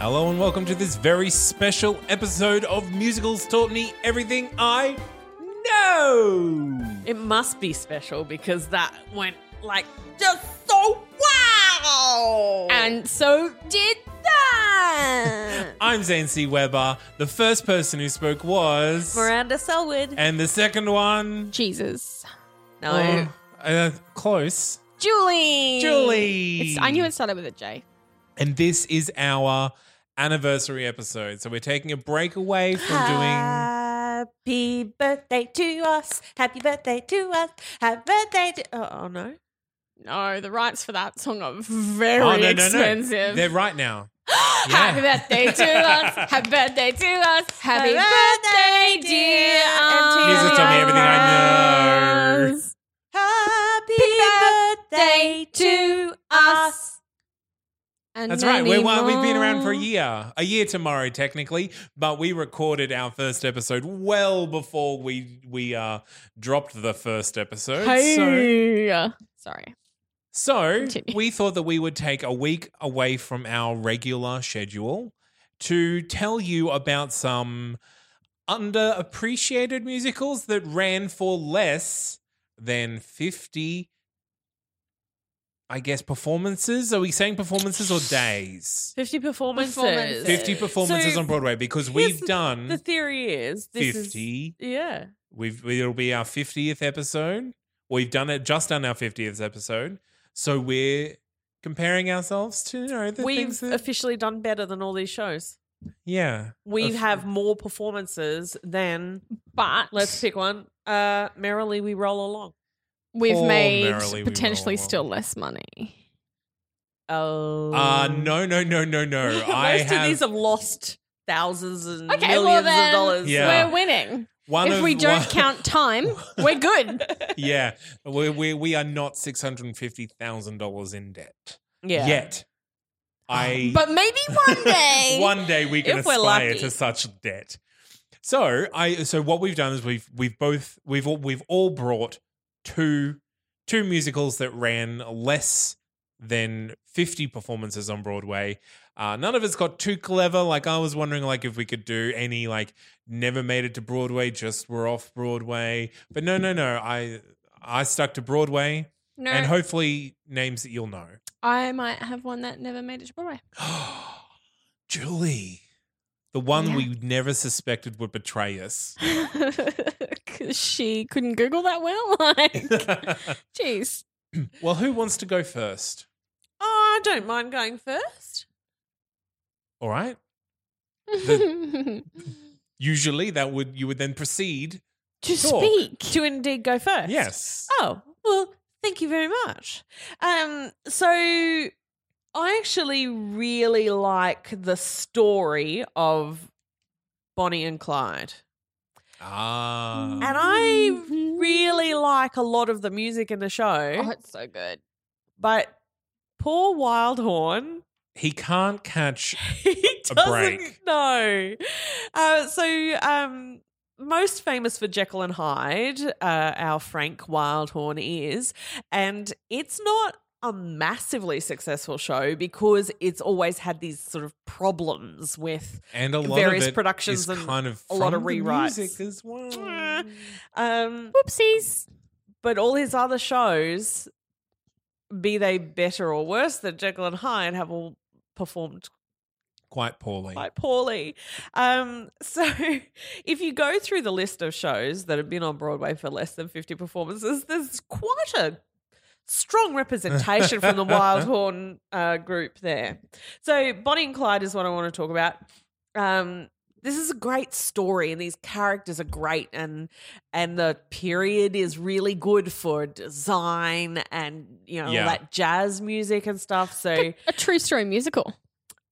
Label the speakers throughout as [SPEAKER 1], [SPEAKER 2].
[SPEAKER 1] Hello and welcome to this very special episode of Musicals Taught Me Everything I Know.
[SPEAKER 2] It must be special because that went like just so wow, and so did that.
[SPEAKER 1] I'm Zane C. Weber. The first person who spoke was.
[SPEAKER 2] Miranda Selwood.
[SPEAKER 1] And the second one.
[SPEAKER 3] Jesus.
[SPEAKER 2] No,
[SPEAKER 1] Uh, close.
[SPEAKER 3] Julie.
[SPEAKER 1] Julie.
[SPEAKER 3] It's, I knew it started with a J.
[SPEAKER 1] And this is our anniversary episode. So we're taking a break away from doing.
[SPEAKER 2] happy birthday to us. Happy birthday to us. Happy birthday to. Oh, oh no.
[SPEAKER 3] No, the rights for that song are very
[SPEAKER 1] oh, no, no, no.
[SPEAKER 3] expensive.
[SPEAKER 1] They're right now.
[SPEAKER 3] Happy birthday to us. Happy birthday to us. Happy birthday, dear.
[SPEAKER 2] and
[SPEAKER 1] Music taught me everything I know.
[SPEAKER 2] Happy birthday to us.
[SPEAKER 3] And
[SPEAKER 1] That's right. We're,
[SPEAKER 3] many
[SPEAKER 1] well, we've been around for a
[SPEAKER 3] more.
[SPEAKER 1] year, a year tomorrow technically, but we recorded our first episode well before we we uh, dropped the first episode.
[SPEAKER 3] Hey. Sorry.
[SPEAKER 1] So, so
[SPEAKER 3] Continue.
[SPEAKER 1] we thought that we would take a week away from our regular schedule to tell you about some underappreciated musicals that ran for less than fifty. I guess performances. Are we saying performances or days?
[SPEAKER 2] 50 performances.
[SPEAKER 3] Performances.
[SPEAKER 1] 50 performances
[SPEAKER 2] So
[SPEAKER 1] on Broadway because
[SPEAKER 2] here's
[SPEAKER 1] we've
[SPEAKER 2] the-
[SPEAKER 1] done
[SPEAKER 2] The theory is this
[SPEAKER 1] 50.
[SPEAKER 2] Is, yeah.
[SPEAKER 1] we've it'll be our 50th episode. We've done it just done our 50th episode. So we're comparing ourselves to you know the
[SPEAKER 2] We've
[SPEAKER 1] things that
[SPEAKER 2] officially done better than all these shows.
[SPEAKER 1] yeah.
[SPEAKER 2] We
[SPEAKER 1] Of-
[SPEAKER 2] have more performances than
[SPEAKER 3] But
[SPEAKER 2] let's pick one. Uh Merrily We Roll Along.
[SPEAKER 3] we've
[SPEAKER 1] Oh,
[SPEAKER 3] made
[SPEAKER 1] merrily we
[SPEAKER 3] potentially
[SPEAKER 1] roll on.
[SPEAKER 3] still less money.
[SPEAKER 2] Oh
[SPEAKER 1] uh no no no no no.
[SPEAKER 2] Most
[SPEAKER 1] I
[SPEAKER 2] of
[SPEAKER 1] have
[SPEAKER 2] these have lost thousands and
[SPEAKER 3] Okay,
[SPEAKER 2] millions
[SPEAKER 3] well then
[SPEAKER 2] of dollars.
[SPEAKER 1] Yeah.
[SPEAKER 3] we're winning.
[SPEAKER 1] one
[SPEAKER 3] if
[SPEAKER 1] of-
[SPEAKER 3] we don't
[SPEAKER 1] one-
[SPEAKER 3] count time, we're good.
[SPEAKER 1] Yeah. We we we are not $650,000 in debt
[SPEAKER 2] Yeah. Ah,
[SPEAKER 1] yet. I
[SPEAKER 3] But maybe one day.
[SPEAKER 1] one day we can
[SPEAKER 2] If we're
[SPEAKER 1] aspire
[SPEAKER 2] lucky.
[SPEAKER 1] to such debt. So I so what we've done is we've we've both we've all we've all brought two two musicals that ran less than 50 performances on Broadway. Uh, none of us got too clever. Like I was wondering like if we could do any like never made it to Broadway, just were off Broadway. But no, no, no. I I stuck to Broadway
[SPEAKER 3] no,
[SPEAKER 1] and hopefully names that you'll know.
[SPEAKER 3] I might have one that never made it to Broadway.
[SPEAKER 1] Julie. The one
[SPEAKER 3] Yeah.
[SPEAKER 1] we never suspected would betray us.
[SPEAKER 3] 'Cause she couldn't Google that well. Like, jeez.
[SPEAKER 1] well, who wants to go first?
[SPEAKER 2] Oh, I don't mind going first.
[SPEAKER 1] All right. The- Usually that would you would then proceed.
[SPEAKER 3] to
[SPEAKER 1] Talk.
[SPEAKER 3] speak.
[SPEAKER 2] To indeed go first.
[SPEAKER 1] Yes.
[SPEAKER 2] Oh, well, thank you very much. Um, so I actually really like the story of Bonnie and Clyde.
[SPEAKER 1] Ah.
[SPEAKER 2] And I really like a lot of the music in the
[SPEAKER 1] eh?
[SPEAKER 2] show,
[SPEAKER 3] Oh, it's so good.
[SPEAKER 2] but poor Wildhorn,
[SPEAKER 1] he can't catch
[SPEAKER 2] he
[SPEAKER 1] A
[SPEAKER 2] doesn't
[SPEAKER 1] break.
[SPEAKER 2] know. Uh, so, um, most famous for Jekyll and Hyde, uh, our Frank Wildhorn is, and it's not a massively successful show because it's always had these sort of problems with
[SPEAKER 1] and a lot
[SPEAKER 2] Various
[SPEAKER 1] of it
[SPEAKER 2] productions
[SPEAKER 1] is
[SPEAKER 2] and
[SPEAKER 1] kind of
[SPEAKER 2] a lot
[SPEAKER 1] from
[SPEAKER 2] of
[SPEAKER 1] the
[SPEAKER 2] rewrites.
[SPEAKER 1] music as well.
[SPEAKER 2] eh, um
[SPEAKER 3] Whoopsies.
[SPEAKER 2] But all his other shows, be they better or worse than Jekyll and Hyde, have all performed
[SPEAKER 1] Quite poorly.
[SPEAKER 2] quite poorly. Um, so if you go through the list of shows that have been on Broadway for less than 50 performances, there's quite a strong representation from the Wild Horn uh, group there. So Bonnie and Clyde is what I want to talk about. Um, this is a great story and these characters are great and and the period is really good for design and you know
[SPEAKER 1] Yeah.
[SPEAKER 2] all that jazz music and stuff so
[SPEAKER 3] A true story musical.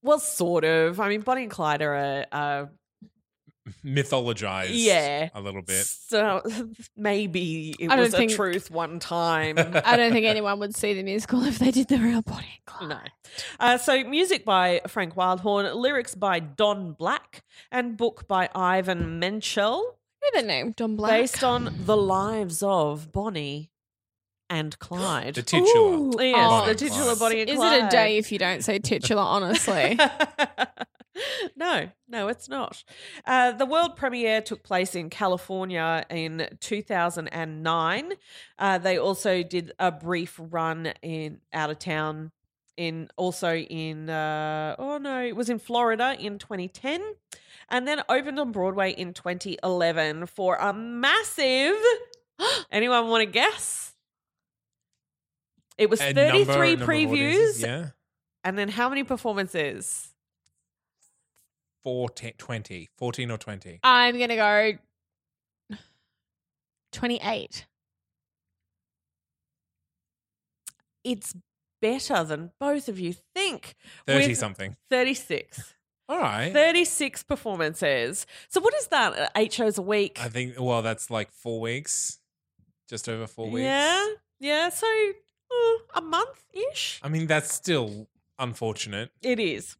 [SPEAKER 2] well sort of i mean bonnie and clyde are a, a
[SPEAKER 1] Mythologized.
[SPEAKER 2] Yeah.
[SPEAKER 1] A little bit.
[SPEAKER 2] So maybe it
[SPEAKER 3] I don't
[SPEAKER 2] was the
[SPEAKER 3] think-
[SPEAKER 2] truth one time.
[SPEAKER 3] I don't think anyone would see the musical if they did the real Bonnie and Clyde.
[SPEAKER 2] no. Uh, so music by Frank Wildhorn, lyrics by Don Black, and book by Ivan Menchel,
[SPEAKER 3] Knew the name Don Black.
[SPEAKER 2] based on the lives of Bonnie and Clyde.
[SPEAKER 1] The titular.
[SPEAKER 3] Ooh.
[SPEAKER 2] yes,
[SPEAKER 3] Oh,
[SPEAKER 1] Bonnie
[SPEAKER 2] the
[SPEAKER 1] and
[SPEAKER 2] titular
[SPEAKER 1] Clyde.
[SPEAKER 2] Bonnie and
[SPEAKER 3] Is
[SPEAKER 2] Clyde.
[SPEAKER 3] it a day if you don't say titular? Honestly,
[SPEAKER 2] no, no, it's not. Uh, the world premiere took place in California in 2009. Uh, they also did a brief run in out of town in also in uh, oh no, it was in Florida in 2010, and then opened on Broadway in 2011 for a massive. Anyone want to guess? It was
[SPEAKER 1] A
[SPEAKER 2] 33
[SPEAKER 1] number- number of audiences,
[SPEAKER 2] previews
[SPEAKER 1] Yeah.
[SPEAKER 2] and then how many performances?
[SPEAKER 1] 14, 20, 14 or 20.
[SPEAKER 3] I'm gonna go twenty-eight.
[SPEAKER 2] It's better than both of you think.
[SPEAKER 1] 30
[SPEAKER 2] With
[SPEAKER 1] something.
[SPEAKER 2] 36.
[SPEAKER 1] All right.
[SPEAKER 2] 36 performances. So what is that? uh, Eight shows a week.
[SPEAKER 1] I think, well, that's like four weeks, just over four weeks.
[SPEAKER 2] Yeah. Yeah. So uh, a month ish.
[SPEAKER 1] I mean, that's still unfortunate.
[SPEAKER 2] It is.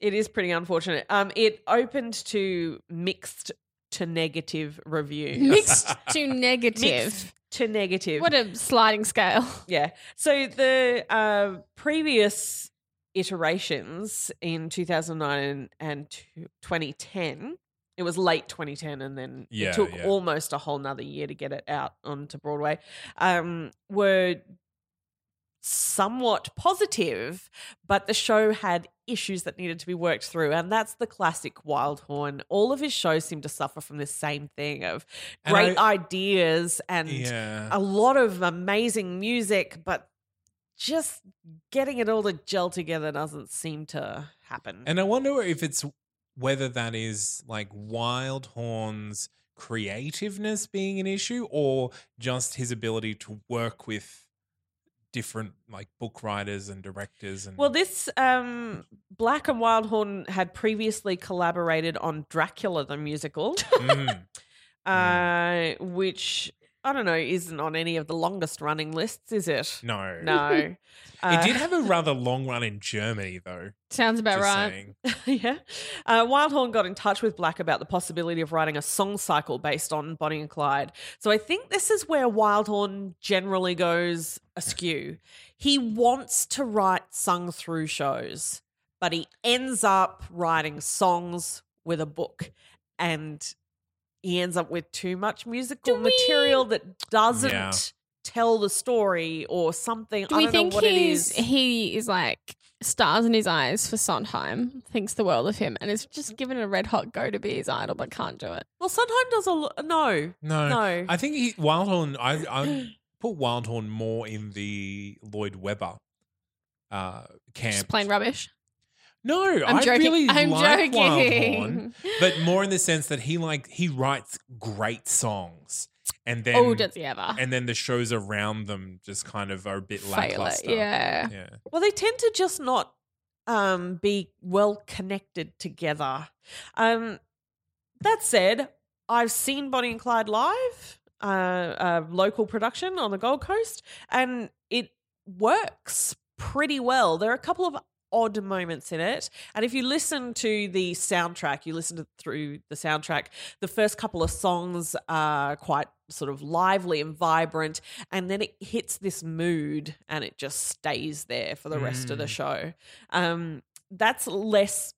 [SPEAKER 2] It is pretty unfortunate. Um, it opened to mixed to negative reviews.
[SPEAKER 3] Mixed to negative.
[SPEAKER 2] Mixed to negative.
[SPEAKER 3] What a sliding scale.
[SPEAKER 2] Yeah. So the uh, previous iterations in 2009 and t- 2010, it was late 2010, and then
[SPEAKER 1] Yeah,
[SPEAKER 2] it took
[SPEAKER 1] yeah.
[SPEAKER 2] almost a whole nother year to get it out onto Broadway, um, were somewhat positive, but the show had issues that needed to be worked through. And that's the classic Wild Horn. All of his shows seem to suffer from this same thing of
[SPEAKER 1] And
[SPEAKER 2] great
[SPEAKER 1] I-
[SPEAKER 2] ideas and
[SPEAKER 1] yeah.
[SPEAKER 2] a lot of amazing music, but just getting it all to gel together doesn't seem to happen.
[SPEAKER 1] And I wonder if it's whether that is like Wild Horn's creativeness being an issue or just his ability to work with different like book writers and directors and
[SPEAKER 2] well, this um, Black and Wildhorn had previously collaborated on Dracula the musical,
[SPEAKER 1] Mm.
[SPEAKER 2] uh, which I don't know isn't on any of the longest running lists, is it?
[SPEAKER 1] no.
[SPEAKER 2] No. uh,
[SPEAKER 1] It did have a rather long run in Germany though.
[SPEAKER 3] Sounds about
[SPEAKER 1] just
[SPEAKER 3] right.
[SPEAKER 1] saying.
[SPEAKER 2] yeah. Uh, Wildhorn got in touch with Black about the possibility of writing a song cycle based on Bonnie and Clyde. So I think this is where Wildhorn generally goes askew. He wants to write sung through shows, but he ends up writing songs with a book and he ends up with too much musical
[SPEAKER 3] Do we-
[SPEAKER 2] material that doesn't
[SPEAKER 1] Yeah.
[SPEAKER 2] tell the story or something.
[SPEAKER 3] Do
[SPEAKER 2] I
[SPEAKER 3] we
[SPEAKER 2] don't
[SPEAKER 3] think
[SPEAKER 2] know what
[SPEAKER 3] he's
[SPEAKER 2] it is.
[SPEAKER 3] he is like stars in his eyes for Sondheim, thinks the world of him, and is just given a red hot go to be his idol but can't do it.
[SPEAKER 2] Well, Sondheim does a lo- no.
[SPEAKER 1] No.
[SPEAKER 2] No.
[SPEAKER 1] I think he Wildhorn I I put Wildhorn more in the Lloyd Webber uh camp.
[SPEAKER 3] Just plain rubbish.
[SPEAKER 1] No,
[SPEAKER 3] I'm
[SPEAKER 1] i
[SPEAKER 3] joking.
[SPEAKER 1] really
[SPEAKER 3] I'm
[SPEAKER 1] like
[SPEAKER 3] joking.
[SPEAKER 1] Wildhorn, but more in the sense that he like he writes great songs, and then
[SPEAKER 3] oh, does he ever?
[SPEAKER 1] and then the shows around them just kind of are a bit
[SPEAKER 3] Fail it.
[SPEAKER 1] lackluster.
[SPEAKER 3] Yeah.
[SPEAKER 1] yeah.
[SPEAKER 2] Well, they tend to just not um, be well connected together. Um, that said, I've seen Bonnie and Clyde live, uh, a local production on the Gold Coast, and it works pretty well. There are a couple of odd moments in it, and if you listen to the soundtrack, you listen to through the soundtrack. The first couple of songs are quite sort of lively and vibrant, and then it hits this mood, and it just stays there for the rest of the
[SPEAKER 1] Mm.
[SPEAKER 2] show. Um, that's less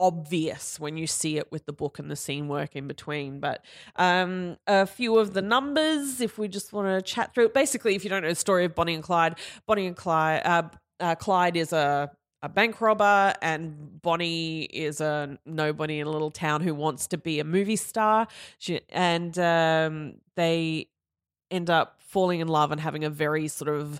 [SPEAKER 2] obvious when you see it with the book and the scene work in between. But um, a few of the numbers, if we just want to chat through it. Basically, if you don't know the story of Bonnie and Clyde, Bonnie and Clyde, uh, uh, Clyde is a a bank robber, and Bonnie is a nobody in a little town who wants to be a movie star. She, and um, they end up falling in love and having a very sort of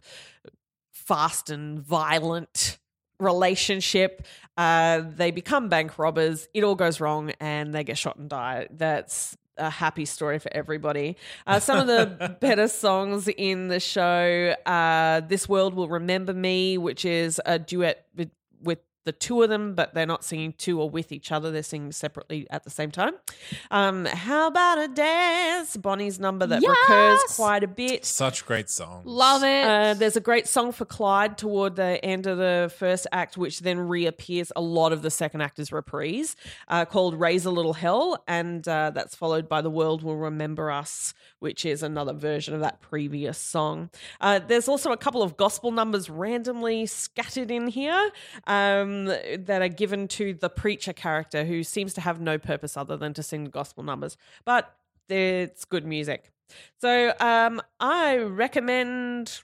[SPEAKER 2] fast and violent relationship. Uh, they become bank robbers. It all goes wrong, and they get shot and die. That's a happy story for everybody. Uh, some of the better songs in the show: uh, "This World Will Remember Me," which is a duet with, with the two of them, but they're not singing to or with each other. They're singing separately at the same time. Um, How about a dance? Bonnie's number that recurs
[SPEAKER 3] Yes!
[SPEAKER 2] quite a bit.
[SPEAKER 1] Such great songs.
[SPEAKER 3] Love it.
[SPEAKER 2] Uh, there's a great song for Clyde toward the end of the first act, which then reappears a lot of the second act as reprise, uh, called "Raise a Little Hell," and uh, that's followed by "The World Will Remember Us," which is another version of that previous song. Uh, there's also a couple of gospel numbers randomly scattered in here um, that are given to the preacher character, who seems to have no purpose other than to sing gospel numbers, but it's good music. So um, I recommend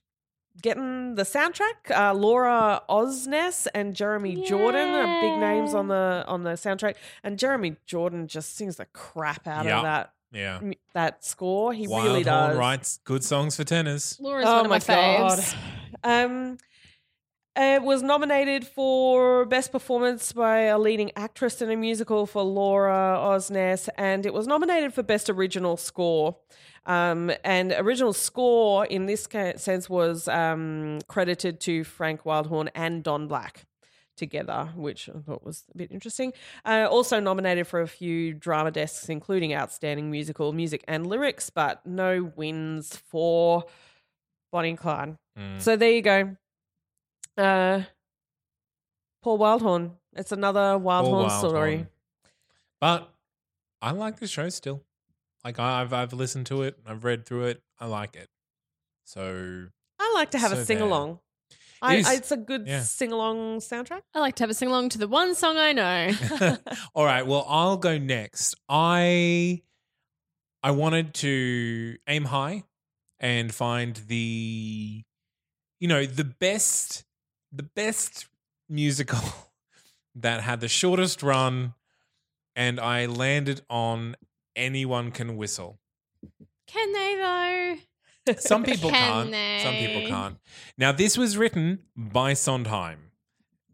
[SPEAKER 2] getting the soundtrack. Uh, Laura Osnes and Jeremy Jordan are big names on the on the soundtrack, and Jeremy Jordan just sings the crap out
[SPEAKER 1] Yeah.
[SPEAKER 2] of that
[SPEAKER 1] Yeah.
[SPEAKER 2] mu- that score. He
[SPEAKER 1] Wild
[SPEAKER 2] really
[SPEAKER 1] Horn
[SPEAKER 2] does.
[SPEAKER 1] writes good songs for tenors.
[SPEAKER 3] Laura's one of my, faves.
[SPEAKER 2] Oh God. Um, it was nominated for Best Performance by a Leading Actress in a Musical for Laura Osnes, and it was nominated for Best Original Score. Um, and original score in this ca- sense was um, credited to Frank Wildhorn and Don Black together, which I thought was a bit interesting. Uh, also nominated for a few drama desks, including Outstanding Musical, Music and Lyrics, but no wins for Bonnie and Clyde.
[SPEAKER 1] Mm.
[SPEAKER 2] So there you go. Uh, Paul Wildhorn. It's another
[SPEAKER 1] Or
[SPEAKER 2] Wildhorn
[SPEAKER 1] Oh, Wild
[SPEAKER 2] story.
[SPEAKER 1] Horn. But I like the show still. Like I- I've I've listened to it, I've read through it, I like it. So
[SPEAKER 2] I like to have
[SPEAKER 1] So
[SPEAKER 2] a sing along.
[SPEAKER 1] It
[SPEAKER 2] I,
[SPEAKER 1] is-
[SPEAKER 2] I, it's a good
[SPEAKER 1] yeah.
[SPEAKER 2] sing along soundtrack.
[SPEAKER 3] I like to have a sing along to the one song I know.
[SPEAKER 1] All right, well, I'll go next. I I wanted to aim high and find the you know, the best the best musical that had the shortest run and I landed on Anyone Can Whistle.
[SPEAKER 3] Can they though?
[SPEAKER 1] Some people
[SPEAKER 3] Can
[SPEAKER 1] can't. Some
[SPEAKER 3] they?
[SPEAKER 1] people can't. Now, this was written by Sondheim,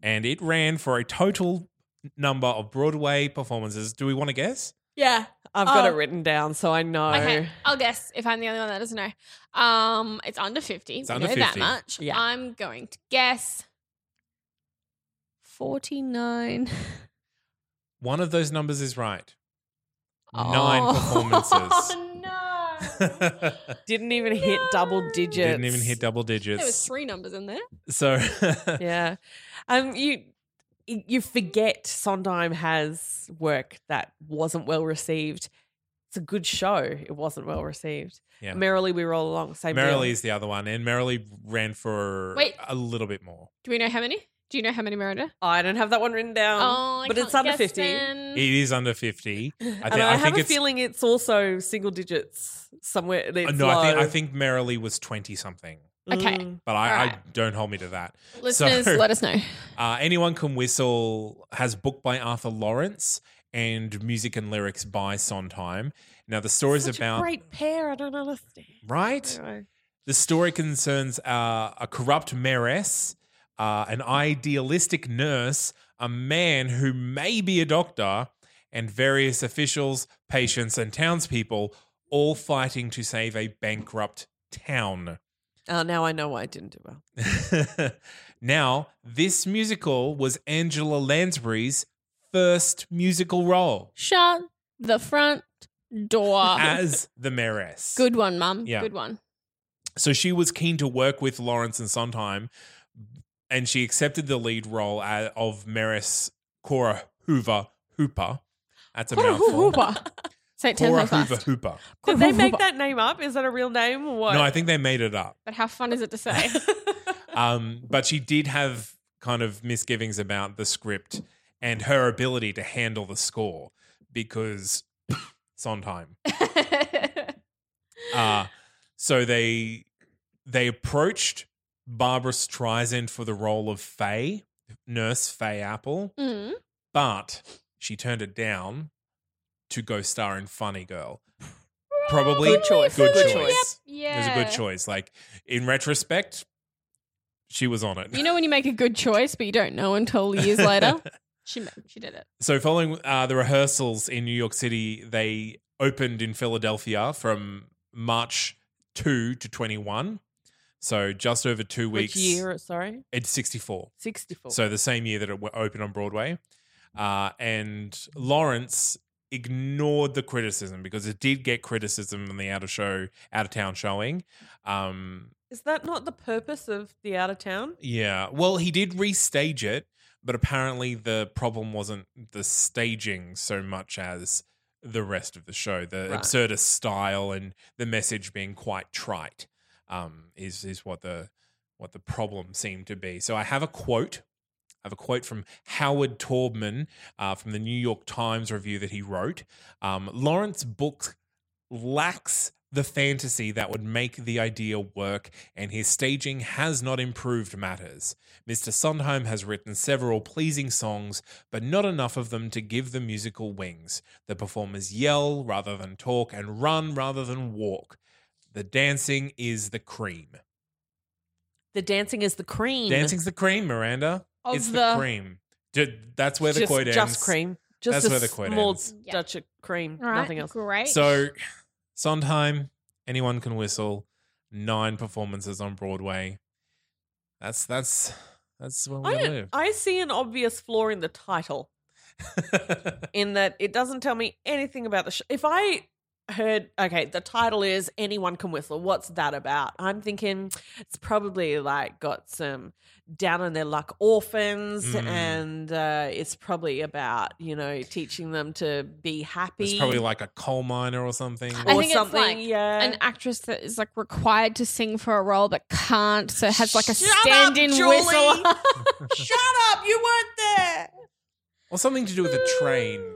[SPEAKER 1] and it ran for a total number of Broadway performances. Do we want to guess?
[SPEAKER 2] Yeah. I've got
[SPEAKER 3] Oh.
[SPEAKER 2] it written down, so I know.
[SPEAKER 3] Okay, I'll guess if I'm the only one that doesn't know. Um, it's under fifty.
[SPEAKER 1] It's
[SPEAKER 3] we
[SPEAKER 1] under
[SPEAKER 3] know that
[SPEAKER 1] 50.
[SPEAKER 3] much.
[SPEAKER 2] Yeah.
[SPEAKER 3] I'm going to guess forty nine.
[SPEAKER 1] One of those numbers is right. Nine performances.
[SPEAKER 3] Oh no!
[SPEAKER 2] Didn't even hit double digits.
[SPEAKER 1] Didn't even hit double
[SPEAKER 3] There was
[SPEAKER 1] digits.
[SPEAKER 3] three numbers in there.
[SPEAKER 1] So,
[SPEAKER 2] yeah. Um, you you forget Sondheim has work that wasn't well received. It's a good show. It wasn't well received.
[SPEAKER 1] Yeah.
[SPEAKER 2] Merrily we roll along. Same deal.
[SPEAKER 1] Merrily is the other one, and Merrily ran for
[SPEAKER 3] Wait.
[SPEAKER 1] a little bit more.
[SPEAKER 3] Do we know how many? Do you know how many Merida?
[SPEAKER 2] I don't have that one written down.
[SPEAKER 3] oh, I
[SPEAKER 2] but it's
[SPEAKER 3] can't
[SPEAKER 2] under
[SPEAKER 3] guess
[SPEAKER 2] 50.
[SPEAKER 3] then.
[SPEAKER 1] It is under 50. I, thi-
[SPEAKER 2] and I, have a
[SPEAKER 1] it's. Uh,
[SPEAKER 2] feeling it's also single digits somewhere. It's
[SPEAKER 1] no,
[SPEAKER 2] low.
[SPEAKER 1] I think, I think Merrily was 20 something,
[SPEAKER 3] Okay.
[SPEAKER 2] Mm.
[SPEAKER 1] but I, I
[SPEAKER 3] Alright.
[SPEAKER 1] don't hold me to that.
[SPEAKER 3] Listeners,
[SPEAKER 1] So-
[SPEAKER 3] let us know.
[SPEAKER 1] Uh, Anyone Can Whistle has book by Arthur Lawrence and music and lyrics by Sondheim. Now the story is
[SPEAKER 2] Such
[SPEAKER 1] about
[SPEAKER 2] a great pair. I don't understand.
[SPEAKER 1] right.
[SPEAKER 2] Anyway.
[SPEAKER 1] The story concerns uh, a corrupt mayoress, uh, an idealistic nurse, a man who may be a doctor, and various officials, patients, and townspeople all fighting to save a bankrupt town.
[SPEAKER 2] Oh, now I know why I didn't do well.
[SPEAKER 1] now, this musical was Angela Lansbury's first musical role
[SPEAKER 3] Shut the front door.
[SPEAKER 1] as the mayoress.
[SPEAKER 3] Ah. Good one, Mum.
[SPEAKER 1] Yeah.
[SPEAKER 3] Good one.
[SPEAKER 1] So she was keen to work with Lawrence and Sondheim, and she accepted the lead role a- of mayoress Cora Hoover Hooper. That's a
[SPEAKER 3] Cora
[SPEAKER 1] mouthful.
[SPEAKER 3] Hooper. Say it ten
[SPEAKER 1] Cora
[SPEAKER 3] times
[SPEAKER 1] Hoover
[SPEAKER 3] fast.
[SPEAKER 1] Hooper.
[SPEAKER 2] Did they make
[SPEAKER 3] Hoover.
[SPEAKER 2] that name up? Is that a real name or what?
[SPEAKER 1] No, I think they made it up.
[SPEAKER 3] But how fun is it to say?
[SPEAKER 1] Um, but she did have kind of misgivings about the script and her ability to handle the score because Sondheim. Uh, so they they approached Barbara Streisand for the role of Faye, Nurse Faye Apple,
[SPEAKER 3] Mm.
[SPEAKER 1] but she turned it down to go star in Funny Girl. Probably
[SPEAKER 3] Good choice.
[SPEAKER 1] Good,
[SPEAKER 3] Good
[SPEAKER 1] choice.
[SPEAKER 3] choice.
[SPEAKER 1] It
[SPEAKER 3] Yeah.
[SPEAKER 1] was a good choice. Like in retrospect, she was on it.
[SPEAKER 3] You know when you make a good choice, but you don't know until years later? she, ma- she did it.
[SPEAKER 1] So, following uh, the rehearsals in New York City, they opened in Philadelphia from March 2 to 21. So, just over two weeks.
[SPEAKER 2] Which year? Sorry,
[SPEAKER 1] It's 64.
[SPEAKER 2] sixty-four.
[SPEAKER 1] So, the same year that it w- opened on Broadway. Uh, and Lawrence ignored the criticism because it did get criticism in the out of show, out of town showing. Um,
[SPEAKER 2] is that not the purpose of the out of town?
[SPEAKER 1] yeah. Well, he did restage it, but apparently the problem wasn't the staging so much as the rest of the show. The
[SPEAKER 2] Right.
[SPEAKER 1] absurdist style and the message being quite trite um, is is what the what the problem seemed to be. So I have a quote. I have a quote from Howard Taubman uh, from the New York Times review that he wrote. Um, Lawrence Book's lacks the fantasy that would make the idea work, and his staging has not improved matters. Mr. Sondheim has written several pleasing songs, but not enough of them to give the musical wings. The performers yell rather than talk and run rather than walk. The dancing is the cream.
[SPEAKER 2] The dancing is the cream.
[SPEAKER 1] Dancing's the cream, Miranda.
[SPEAKER 3] Of
[SPEAKER 1] it's the,
[SPEAKER 3] the-
[SPEAKER 1] cream. D- That's where the
[SPEAKER 2] just,
[SPEAKER 1] quote ends.
[SPEAKER 2] Just cream. Just
[SPEAKER 1] That's
[SPEAKER 2] a
[SPEAKER 1] where the quote
[SPEAKER 2] small
[SPEAKER 1] ends.
[SPEAKER 3] Yeah.
[SPEAKER 2] touch of cream.
[SPEAKER 3] All right.
[SPEAKER 2] Nothing else.
[SPEAKER 3] Great.
[SPEAKER 1] So, Sondheim, anyone can whistle. Nine performances on Broadway. That's that's that's where we
[SPEAKER 2] I,
[SPEAKER 1] live.
[SPEAKER 2] I see an obvious flaw in the title in that it doesn't tell me anything about the show. If I heard, okay, the title is Anyone Can Whistle, what's that about? I'm thinking it's probably like got some down on their luck orphans
[SPEAKER 1] Mm.
[SPEAKER 2] and uh, it's probably about, you know, teaching them to be happy.
[SPEAKER 1] it's probably like a coal miner or something.
[SPEAKER 3] I
[SPEAKER 2] or
[SPEAKER 3] think it's
[SPEAKER 2] something,
[SPEAKER 3] like
[SPEAKER 2] yeah.
[SPEAKER 3] An actress that is like required to sing for a role but can't, so has like a
[SPEAKER 2] Shut up,
[SPEAKER 3] stand-in
[SPEAKER 2] Julie.
[SPEAKER 3] whistle.
[SPEAKER 2] Shut up! You weren't there.
[SPEAKER 1] or something to do with a train.
[SPEAKER 2] Mm.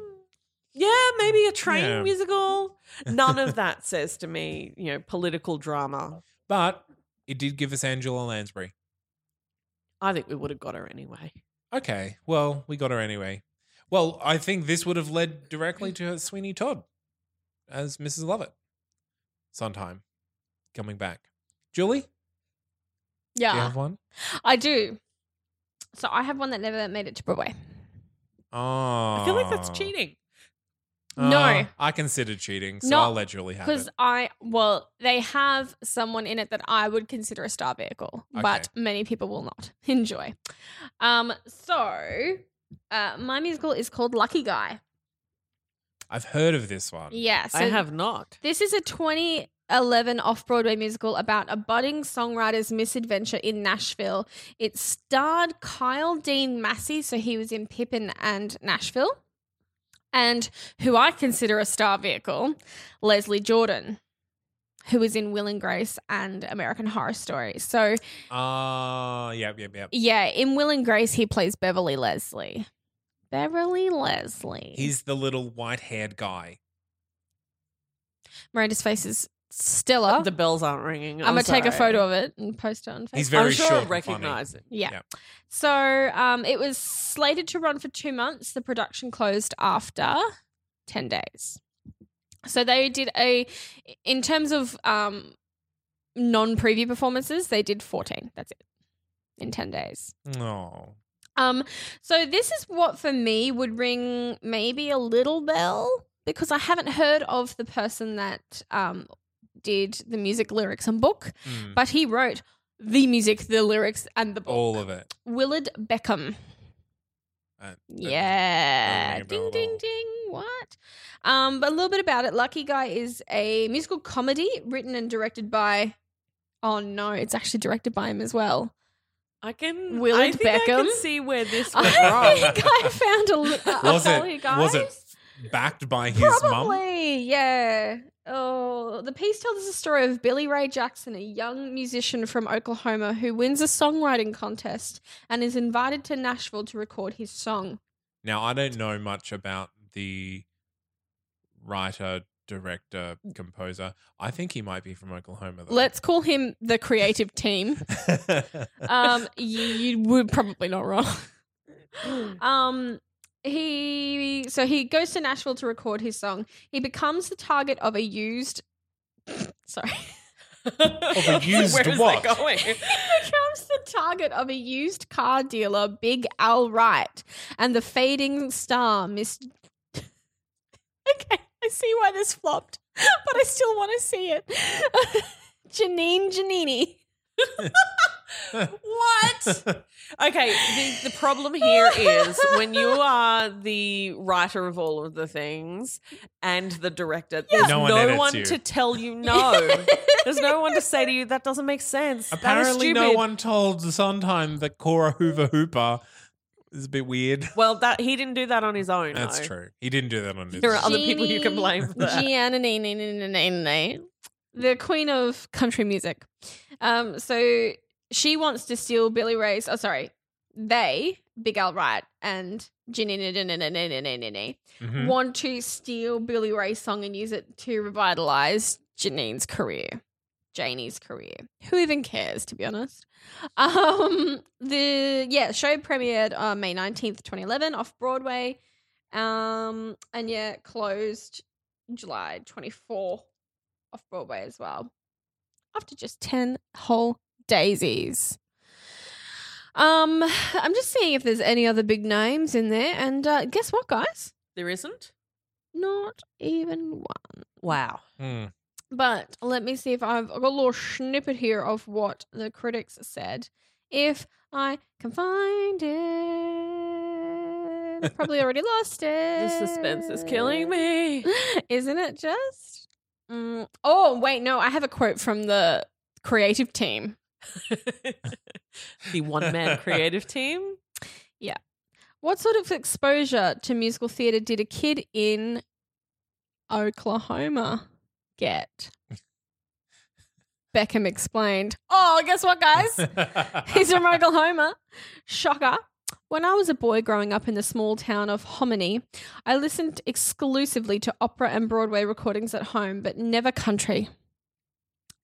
[SPEAKER 2] Yeah, maybe a train
[SPEAKER 1] Yeah.
[SPEAKER 2] musical. None of that says to me, you know, political drama.
[SPEAKER 1] But it did give us Angela Lansbury.
[SPEAKER 2] I think we would have got her anyway.
[SPEAKER 1] Okay, well, we got her anyway. Well, I think this would have led directly to Sweeney Todd as Mrs. Lovett. Sondheim coming back. Julie, do you
[SPEAKER 3] yeah,
[SPEAKER 1] have one?
[SPEAKER 3] I do. So I have one that never made it to Broadway.
[SPEAKER 1] Oh,
[SPEAKER 2] I feel like that's
[SPEAKER 1] Ah.
[SPEAKER 2] cheating.
[SPEAKER 3] No.
[SPEAKER 1] Uh, I consider cheating, so
[SPEAKER 3] Not-
[SPEAKER 1] I'll let Julie have it.
[SPEAKER 3] Because I, well, they have someone in it that I would consider a star vehicle, but many people will not enjoy. Um, so uh, my musical is called Lucky Guy.
[SPEAKER 1] I've heard of this one.
[SPEAKER 3] Yeah, so
[SPEAKER 2] I have not.
[SPEAKER 3] This is a 2011 off Broadway musical about a budding songwriter's misadventure in Nashville. It starred Kyle Dean Massey, so he was in Pippin and Nashville, and who I consider a star vehicle, Leslie Jordan, who was in Will and Grace and American Horror Story. So,
[SPEAKER 1] Ah, yep, yep, yep.
[SPEAKER 3] yeah, in Will and Grace, he plays Beverly Leslie. Beverly Leslie.
[SPEAKER 1] He's the little white-haired guy.
[SPEAKER 3] Miranda's face is stellar.
[SPEAKER 2] The bells aren't ringing.
[SPEAKER 3] I'm, gonna Oh. take a photo of it and post it on Facebook.
[SPEAKER 1] He's very
[SPEAKER 2] I'm sure
[SPEAKER 1] short.
[SPEAKER 2] I
[SPEAKER 1] and funny.
[SPEAKER 2] recognize it.
[SPEAKER 3] Yeah.
[SPEAKER 1] Yeah.
[SPEAKER 3] So um, it was slated to run for two months. The production closed after 10 days. So they did a, in terms of um, non preview performances, they did 14. That's it in 10 days.
[SPEAKER 1] Oh,
[SPEAKER 3] Um, so this is what for me would ring maybe a little bell because I haven't heard of the person that um did the music, lyrics, and book,
[SPEAKER 1] Mm.
[SPEAKER 3] but he wrote the music, the lyrics, and the book.
[SPEAKER 1] all of it.
[SPEAKER 3] Willard Beckham.
[SPEAKER 1] Uh,
[SPEAKER 3] Yeah.
[SPEAKER 1] ring a bell
[SPEAKER 3] Ding
[SPEAKER 1] at all.
[SPEAKER 3] ding ding. What? Um, but a little bit about it. Lucky Guy is a musical comedy written and directed by Oh no, it's actually directed by him as well.
[SPEAKER 2] I can.
[SPEAKER 3] Willard
[SPEAKER 2] I think I can
[SPEAKER 3] Beckham.
[SPEAKER 2] see where this went
[SPEAKER 3] I
[SPEAKER 2] wrong.
[SPEAKER 3] think I found a, li- a
[SPEAKER 1] Was
[SPEAKER 3] folly,
[SPEAKER 1] it?
[SPEAKER 3] guys.
[SPEAKER 1] Was it backed by his
[SPEAKER 3] Probably,
[SPEAKER 1] mum?
[SPEAKER 3] yeah. Oh, the piece tells the story of Billy Ray Jackson, a young musician from Oklahoma who wins a songwriting contest and is invited to Nashville to record his song.
[SPEAKER 1] Now, I don't know much about the writer, director, composer. I think he might be from Oklahoma. Though.
[SPEAKER 3] Mm. Let's call him the creative team. Um, you, you were probably not wrong. um, he so he goes to Nashville to record his song. He becomes the target of a used. Sorry.
[SPEAKER 1] a used
[SPEAKER 2] Where is
[SPEAKER 1] what?
[SPEAKER 2] that going?
[SPEAKER 3] becomes the target of a used car dealer, Big Al Wright, and the fading star, Miss. okay, I see why this flopped, but I still want to see it. Janine Janini.
[SPEAKER 2] what? Okay, the, the problem here is when you are the writer of all of the things and the director, there's
[SPEAKER 1] No
[SPEAKER 2] no
[SPEAKER 1] one
[SPEAKER 2] one,
[SPEAKER 1] edits you.
[SPEAKER 2] to tell you no. there's no one to say to you that doesn't make sense. That is
[SPEAKER 1] Apparently, no
[SPEAKER 2] stupid."
[SPEAKER 1] one told Sondheim that Cora Hoover Hooper is a bit weird.
[SPEAKER 2] Well, that he didn't do that on his own.
[SPEAKER 1] That's
[SPEAKER 2] though.
[SPEAKER 1] true. He didn't do that on his
[SPEAKER 2] There
[SPEAKER 1] own.
[SPEAKER 2] are other people you can
[SPEAKER 3] Genie,
[SPEAKER 2] blame for that.
[SPEAKER 3] Gianna nee, nee, nee, nee, nee, nee. the queen of country music. Um, so she wants to steal Billy Ray's. Oh, sorry, they Big Al Wright and Ginny nee, nee, nee, nee, nee, nee, nee, nee, nee,
[SPEAKER 1] Mhm.
[SPEAKER 3] want to steal Billy Ray's song and use it to revitalize Janine's career, Janie's career. Who even cares, to be honest? Um, the yeah show premiered on May nineteenth, twenty eleven, off Broadway, um, and yeah, closed July twenty four, off Broadway as well. After just ten whole daisies. Um, I'm just seeing if there's any other big names in there, and uh, guess what, guys?
[SPEAKER 2] There isn't.
[SPEAKER 3] Not even one.
[SPEAKER 2] Wow.
[SPEAKER 1] Hmm.
[SPEAKER 3] But let me see if I've I've got a little snippet here of what the critics said. If I can find it, I've probably already lost it.
[SPEAKER 2] The suspense is killing me.
[SPEAKER 3] Isn't it just? Mm. Oh, wait, no, I have a quote from the creative team.
[SPEAKER 2] the one man creative team.
[SPEAKER 3] What sort of exposure to musical theatre did a kid in Oklahoma get? Beckham explained. Oh, guess what, guys?
[SPEAKER 1] Mm.
[SPEAKER 3] He's from Oklahoma. Shocker. When I was a boy growing up in the small town of Hominy, I listened exclusively to opera and Broadway recordings at home, but never country.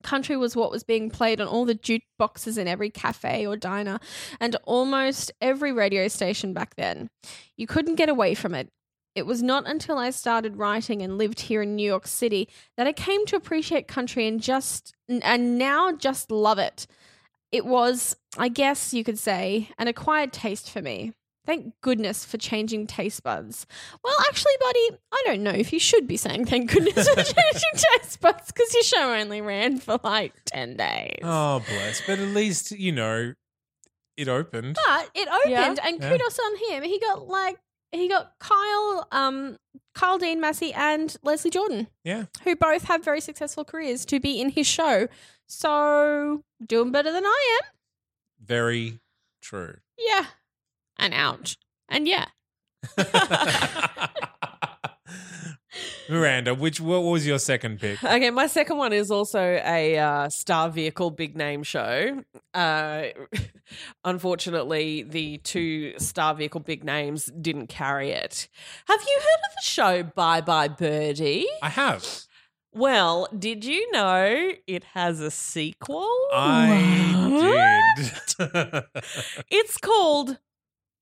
[SPEAKER 3] Country was what was being played on all the jukeboxes in every cafe or diner and almost every radio station back then. You couldn't get away from it. It was not until I started writing and lived here in New York City that I came to appreciate country and just and now just love it. It was, I guess you could say, an acquired taste for me. Thank goodness for changing taste buds. Well, actually, buddy, I don't know if you should be saying thank goodness for changing taste buds because your show only ran for like 10 days.
[SPEAKER 1] oh, bless. But at least, you know, it opened.
[SPEAKER 3] But it opened, and
[SPEAKER 1] Yeah.
[SPEAKER 3] kudos on him. He got like he got Kyle, um, Kyle Dean Massey, and Leslie Jordan,
[SPEAKER 1] Yeah.
[SPEAKER 3] who both have very successful careers, to be in his show. So doing better than I am.
[SPEAKER 1] Very true.
[SPEAKER 3] Yeah, and ouch, and yeah.
[SPEAKER 1] Miranda, which what was your second pick?
[SPEAKER 2] Okay, my second one is also a uh, star vehicle big name show. Uh, unfortunately, the two star vehicle big names didn't carry it. Have you heard of the show Bye Bye Birdie?
[SPEAKER 1] I have.
[SPEAKER 2] Well, did you know it has a sequel?
[SPEAKER 1] I did.
[SPEAKER 2] It's called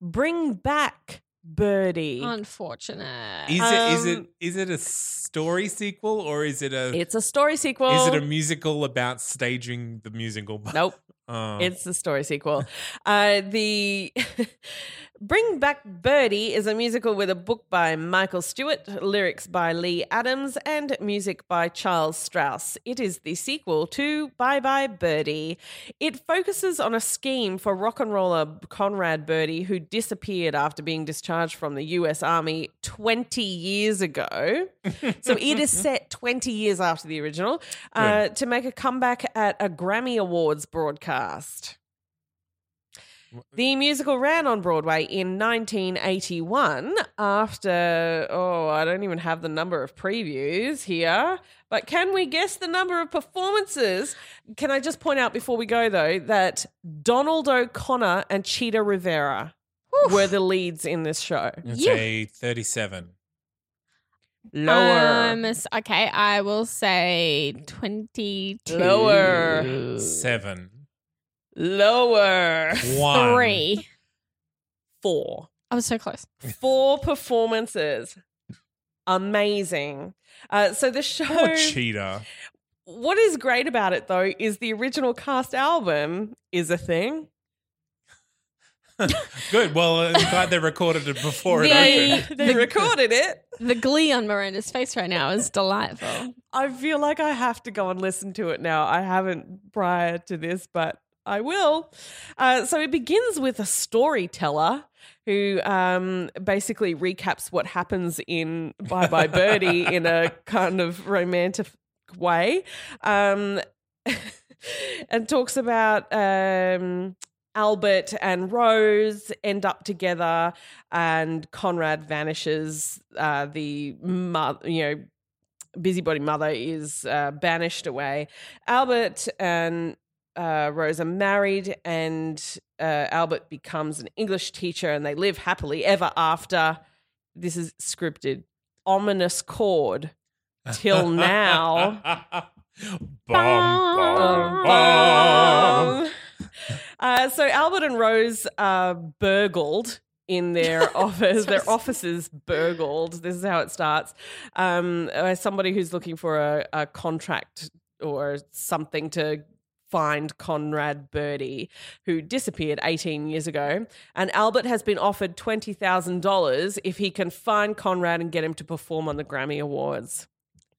[SPEAKER 2] Bring Back Birdie.
[SPEAKER 3] Unfortunate.
[SPEAKER 1] is it is it
[SPEAKER 2] Um,
[SPEAKER 1] is it a story sequel or is it a
[SPEAKER 2] It's a story sequel.
[SPEAKER 1] is it a musical about staging the musical?
[SPEAKER 2] Nope.
[SPEAKER 1] Oh.
[SPEAKER 2] It's the story sequel. Uh, the Bring Back Birdie is a musical with a book by Michael Stewart, lyrics by Lee Adams, and music by Charles Strauss. It is the sequel to Bye Bye Birdie. It focuses on a scheme for rock and roller Conrad Birdie, who disappeared after being discharged from the US Army 20 years ago. so it is set 20 years after the original uh, to make a comeback at a Grammy Awards broadcast. The musical ran on Broadway in 1981 after, oh, I don't even have the number of previews here, but can we guess the number of performances? Can I just point out before we go, though, that Donald O'Connor and Cheetah Rivera were the leads in this show.
[SPEAKER 1] It's
[SPEAKER 3] Yeah.
[SPEAKER 1] a 37.
[SPEAKER 2] Lower.
[SPEAKER 3] Um, s- okay, I will say 22.
[SPEAKER 2] Lower.
[SPEAKER 1] Seven.
[SPEAKER 2] Lower.
[SPEAKER 1] One.
[SPEAKER 3] Three.
[SPEAKER 2] Four.
[SPEAKER 3] I was so close.
[SPEAKER 2] Four performances. Amazing. Uh, so the show.
[SPEAKER 1] What a cheater.
[SPEAKER 2] What is great about it though is the original cast album is a thing.
[SPEAKER 1] Good. Well, I'm glad they recorded it before it
[SPEAKER 3] They-
[SPEAKER 1] opened.
[SPEAKER 2] They, they recorded it.
[SPEAKER 3] The glee on Miranda's face right now is delightful.
[SPEAKER 2] I feel like I have to go and listen to it now. I haven't prior to this, but I will. Uh, so it begins with a storyteller who um, basically recaps what happens in Bye Bye Birdie in a kind of romantic way um, and talks about. Um, Albert and Rose end up together, and Conrad vanishes. Uh, the mo- you know busybody mother is uh, banished away. Albert and uh, Rose are married, and uh, Albert becomes an English teacher, and they live happily ever after. This is scripted. Ominous chord. Till now.
[SPEAKER 1] Bum, bum, bum.
[SPEAKER 2] Um, uh, so Albert and Rose are burgled in their office. their offices burgled. This is how it starts. Um, by somebody who's looking for a, a contract or something to find Conrad Birdie, who disappeared 18 years ago. And Albert has been offered $20,000 if he can find Conrad and get him to perform on the Grammy Awards.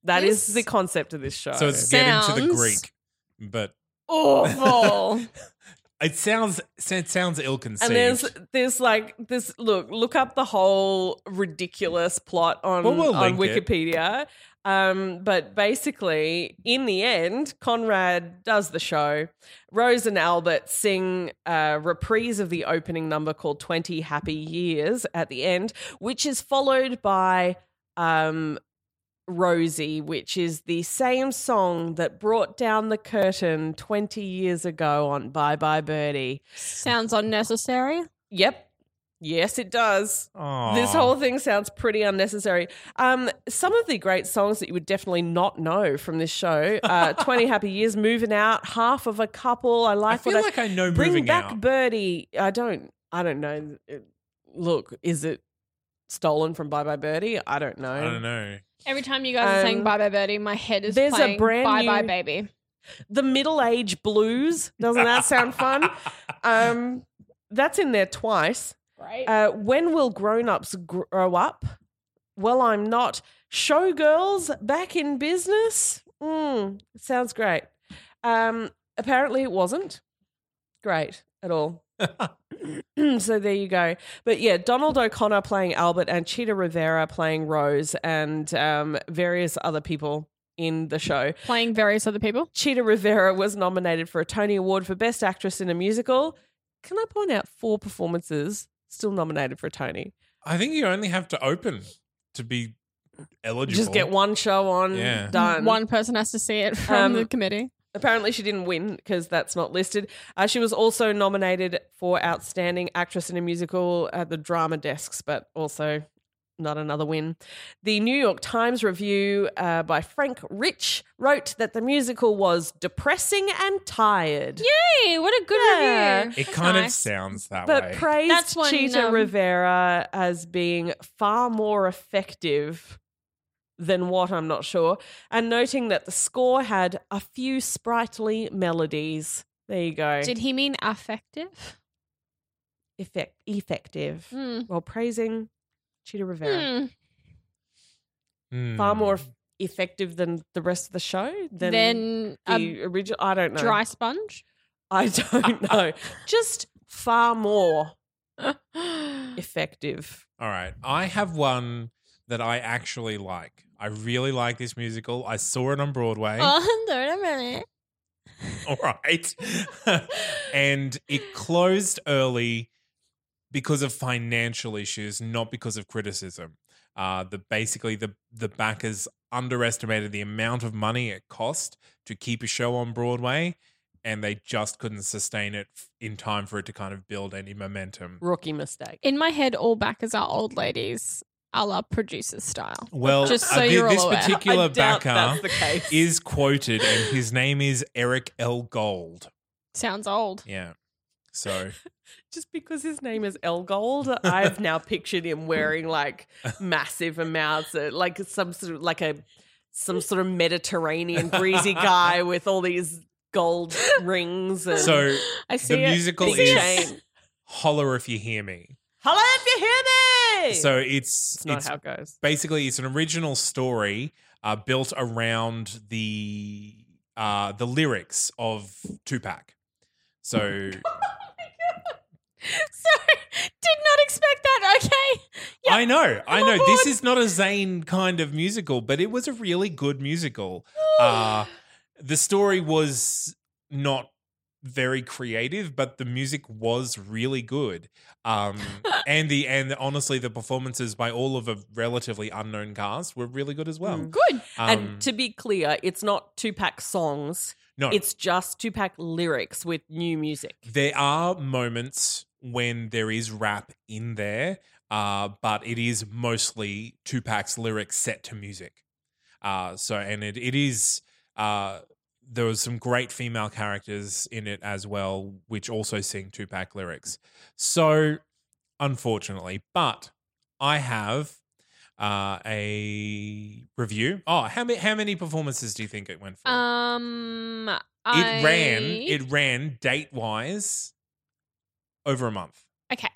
[SPEAKER 2] That is
[SPEAKER 3] This-
[SPEAKER 2] the concept of this show.
[SPEAKER 1] So it's getting to the
[SPEAKER 3] Sounds-
[SPEAKER 1] Greek, but
[SPEAKER 3] Awful.
[SPEAKER 1] it sounds it sounds ill-conceived.
[SPEAKER 2] And there's there's like this look look up the whole ridiculous plot on
[SPEAKER 1] Well, we'll
[SPEAKER 2] on
[SPEAKER 1] link it.
[SPEAKER 2] Wikipedia. Um, but basically, in the end, Conrad does the show. Rose and Albert sing a reprise of the opening number called 20 Happy Years at the end, which is followed by um, Rosie, which is the same song that brought down the curtain 20 years ago on Bye Bye Birdie.
[SPEAKER 3] Sounds unnecessary.
[SPEAKER 2] Yep. Yes, it does.
[SPEAKER 1] Aw.
[SPEAKER 2] This whole thing sounds pretty unnecessary. Um, some of the great songs that you would definitely not know from this show: uh, "20 Happy Years," "Moving Out," "Half of a Couple." I
[SPEAKER 1] I
[SPEAKER 2] like
[SPEAKER 1] feel
[SPEAKER 2] what
[SPEAKER 1] like I know
[SPEAKER 2] Bring
[SPEAKER 1] moving
[SPEAKER 2] back
[SPEAKER 1] out.
[SPEAKER 2] Birdie. I don't. I don't know. It- Look, is it stolen from Bye Bye Birdie? I don't know.
[SPEAKER 1] I don't know.
[SPEAKER 3] Every time you guys are saying
[SPEAKER 2] Um,
[SPEAKER 3] Bye Bye Birdie, my head is
[SPEAKER 2] there's a
[SPEAKER 3] playing
[SPEAKER 2] brand
[SPEAKER 3] Bye Bye
[SPEAKER 2] new-
[SPEAKER 3] Baby.
[SPEAKER 2] The Middle Age Blues. Doesn't that sound fun? Um, that's in there twice.
[SPEAKER 3] Right?
[SPEAKER 2] Uh, when will grown-ups grow up? Well, I'm not. Showgirls back in business? Mm, sounds great. Um, apparently, it wasn't great at all. so there you go. But yeah, Donald O'Connor playing Albert and Cheetah Rivera playing Rose and um, various other people in the show.
[SPEAKER 3] Playing various other people.
[SPEAKER 2] Cheetah Rivera was nominated for a Tony Award for Best Actress in a Musical. Can I point out four performances still nominated for a Tony?
[SPEAKER 1] I think you only have to open to be eligible.
[SPEAKER 2] Just get one show on,
[SPEAKER 1] Yeah.
[SPEAKER 2] done.
[SPEAKER 3] Mm-hmm. One person has to see it from
[SPEAKER 2] Um,
[SPEAKER 3] the committee.
[SPEAKER 2] Apparently, she didn't win because that's not listed. Uh, she was also nominated for Outstanding Actress in a Musical at the Drama Desks, but also not another win. The New York Times review uh, by Frank Rich wrote that the musical was depressing and tired.
[SPEAKER 3] Yay! What a good
[SPEAKER 2] Yeah.
[SPEAKER 3] review.
[SPEAKER 1] It
[SPEAKER 3] That's
[SPEAKER 1] kind of
[SPEAKER 3] nice.
[SPEAKER 1] sounds that
[SPEAKER 2] But
[SPEAKER 1] way.
[SPEAKER 2] praised
[SPEAKER 3] That's when,
[SPEAKER 2] Cheetah
[SPEAKER 3] um,
[SPEAKER 2] Rivera as being far more effective than what I'm not sure, and noting that the score had a few sprightly melodies. There you go.
[SPEAKER 3] Did he mean affective?
[SPEAKER 2] Effect, effective.
[SPEAKER 3] Hmm.
[SPEAKER 2] While praising Cheetah Rivera,
[SPEAKER 3] Hmm.
[SPEAKER 1] Hmm.
[SPEAKER 2] far more f- effective than the rest of the show. Than
[SPEAKER 3] Then a
[SPEAKER 2] the original. I don't know.
[SPEAKER 3] um, dry sponge.
[SPEAKER 2] I don't know. Just far more effective.
[SPEAKER 1] All right. I have one that I actually like. I really like this musical. I saw it on Broadway.
[SPEAKER 3] Oh, don't a minute.
[SPEAKER 1] All right. and it closed early because of financial issues, not because of criticism. Uh, the basically the the backers underestimated the amount of money it cost to keep a show on Broadway, and they just couldn't sustain it f- in time for it to kind of build any momentum.
[SPEAKER 4] Rookie mistake.
[SPEAKER 3] In my head, all backers are old ladies, a la producer style.
[SPEAKER 1] Well,
[SPEAKER 3] Just
[SPEAKER 1] uh,
[SPEAKER 3] so
[SPEAKER 1] thi-
[SPEAKER 3] you're all
[SPEAKER 1] this
[SPEAKER 3] aware. I
[SPEAKER 1] particular
[SPEAKER 2] I doubt
[SPEAKER 1] backer
[SPEAKER 2] that's the case.
[SPEAKER 1] is quoted, and his name is Eric L. Gold.
[SPEAKER 3] Sounds old.
[SPEAKER 1] Yeah. So
[SPEAKER 2] just because his name is Elgold, I've now pictured him wearing like massive amounts of like some sort of like a some sort of Mediterranean breezy guy with all these gold rings and
[SPEAKER 1] so
[SPEAKER 3] I see
[SPEAKER 1] the
[SPEAKER 3] it.
[SPEAKER 1] musical
[SPEAKER 2] big
[SPEAKER 1] is
[SPEAKER 2] chain.
[SPEAKER 1] Holler If You Hear Me.
[SPEAKER 2] Hello, if you hear me.
[SPEAKER 1] So it's
[SPEAKER 2] it's not how it goes.
[SPEAKER 1] basically it's an original story uh, built around the uh, the lyrics of Tupac. So
[SPEAKER 3] Sorry, did not expect that. Okay. Yeah.
[SPEAKER 1] I know, I
[SPEAKER 3] I'm on
[SPEAKER 1] know, this
[SPEAKER 3] board.
[SPEAKER 1] is not a Zane kind of musical, but it was a really good musical. Uh, the story was not very creative, but the music was really good. Um, and the and honestly, the performances by all of a relatively unknown cast were really good as well.
[SPEAKER 3] Good.
[SPEAKER 1] Um,
[SPEAKER 2] and to be clear, it's not Tupac songs.
[SPEAKER 1] no,
[SPEAKER 2] It's just Tupac lyrics with new music.
[SPEAKER 1] There are moments when there is rap in there, uh, but it is mostly Tupac's lyrics set to music. Uh, so, and it, it is, uh, there was some great female characters in it as well, which also sing Tupac lyrics. So, unfortunately, but I have uh, a review. Oh, how many, how many performances do you think it went for?
[SPEAKER 3] Um, I...
[SPEAKER 1] It ran. It ran date wise over a month.
[SPEAKER 3] Okay.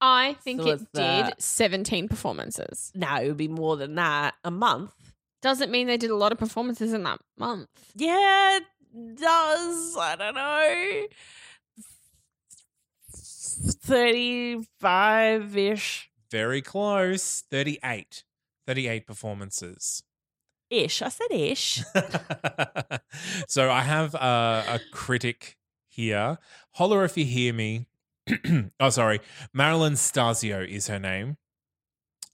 [SPEAKER 3] I think
[SPEAKER 2] So
[SPEAKER 3] it
[SPEAKER 2] it's
[SPEAKER 3] did
[SPEAKER 2] that.
[SPEAKER 3] 17 performances.
[SPEAKER 2] No, it would be more than that. A month.
[SPEAKER 3] Doesn't mean they did a lot of performances in that month.
[SPEAKER 2] Yeah, it does. I don't know. 35 ish.
[SPEAKER 1] Very close. 38. 38 performances.
[SPEAKER 2] Ish. I said ish.
[SPEAKER 1] so I have a, a critic here. Holler if you hear me. oh, sorry. Marilyn Stasio is her name.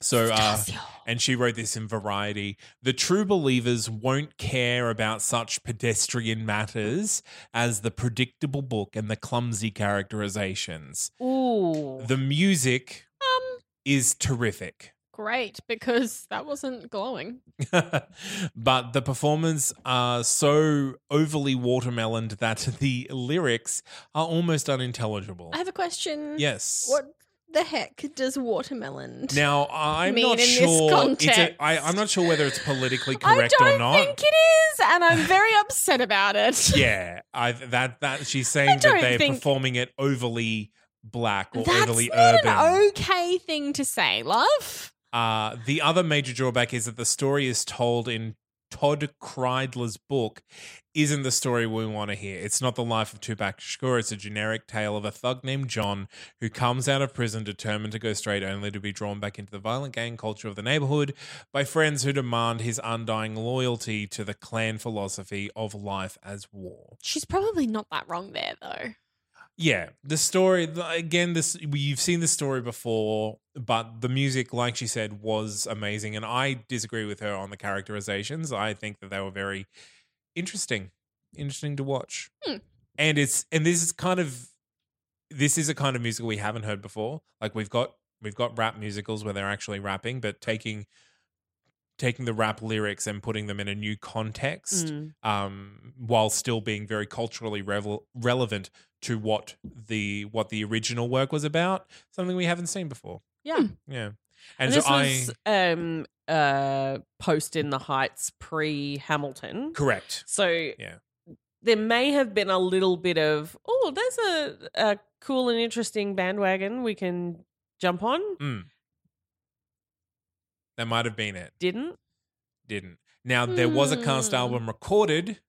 [SPEAKER 1] So, uh, and she wrote this in Variety. The true believers won't care about such pedestrian matters as the predictable book and the clumsy characterizations.
[SPEAKER 2] Ooh.
[SPEAKER 1] The music
[SPEAKER 3] Um,
[SPEAKER 1] is terrific.
[SPEAKER 3] great because that wasn't glowing.
[SPEAKER 1] but the performers are so overly watermeloned that the lyrics are almost unintelligible.
[SPEAKER 3] I have a question.
[SPEAKER 1] yes.
[SPEAKER 3] What the heck does watermelon?
[SPEAKER 1] Now I'm
[SPEAKER 3] mean
[SPEAKER 1] not
[SPEAKER 3] in this
[SPEAKER 1] sure. It's a, I,
[SPEAKER 3] context?
[SPEAKER 1] I'm not sure whether it's politically
[SPEAKER 3] I
[SPEAKER 1] correct
[SPEAKER 3] don't
[SPEAKER 1] or not.
[SPEAKER 3] think it is, and I'm very upset about it.
[SPEAKER 1] yeah, I, that that she's saying
[SPEAKER 3] don't
[SPEAKER 1] that they're
[SPEAKER 3] think-
[SPEAKER 1] performing it overly black or
[SPEAKER 3] That's
[SPEAKER 1] overly
[SPEAKER 3] not
[SPEAKER 1] urban.
[SPEAKER 3] an okay thing to say, love.
[SPEAKER 1] Uh, the other major drawback is that the story is told in Todd Kreidler's book isn't the story we want to hear. It's not the life of Tupac Shakur. It's a generic tale of a thug named John who comes out of prison determined to go straight only to be drawn back into the violent gang culture of the neighborhood by friends who demand his undying loyalty to the clan philosophy of life as war.
[SPEAKER 3] She's probably not that wrong there, though.
[SPEAKER 1] Yeah, the story the- again. This you've seen the story before, but the music, like she said, was amazing. And I disagree with her on the characterizations. I think that they were very interesting, interesting to watch.
[SPEAKER 3] Hmm.
[SPEAKER 1] And it's and this is kind of this is a kind of musical we haven't heard before. Like we've got we've got rap musicals where they're actually rapping, but taking taking the rap lyrics and putting them in a new context
[SPEAKER 2] Mm.
[SPEAKER 1] um, while still being very culturally revel- relevant to what the what the original work was about. Something we haven't seen before.
[SPEAKER 2] Yeah.
[SPEAKER 1] yeah.
[SPEAKER 2] Hmm. And
[SPEAKER 1] And,
[SPEAKER 2] this
[SPEAKER 1] so I
[SPEAKER 2] was um, uh, Post in the Heights pre Hamilton.
[SPEAKER 1] correct.
[SPEAKER 2] So
[SPEAKER 1] Yeah.
[SPEAKER 2] there may have been a little bit of, oh, there's a, a cool and interesting bandwagon we can jump on.
[SPEAKER 1] Mm. That might have been it.
[SPEAKER 2] Didn't.
[SPEAKER 1] Didn't. Now there was a cast
[SPEAKER 3] Hmm.
[SPEAKER 1] album recorded,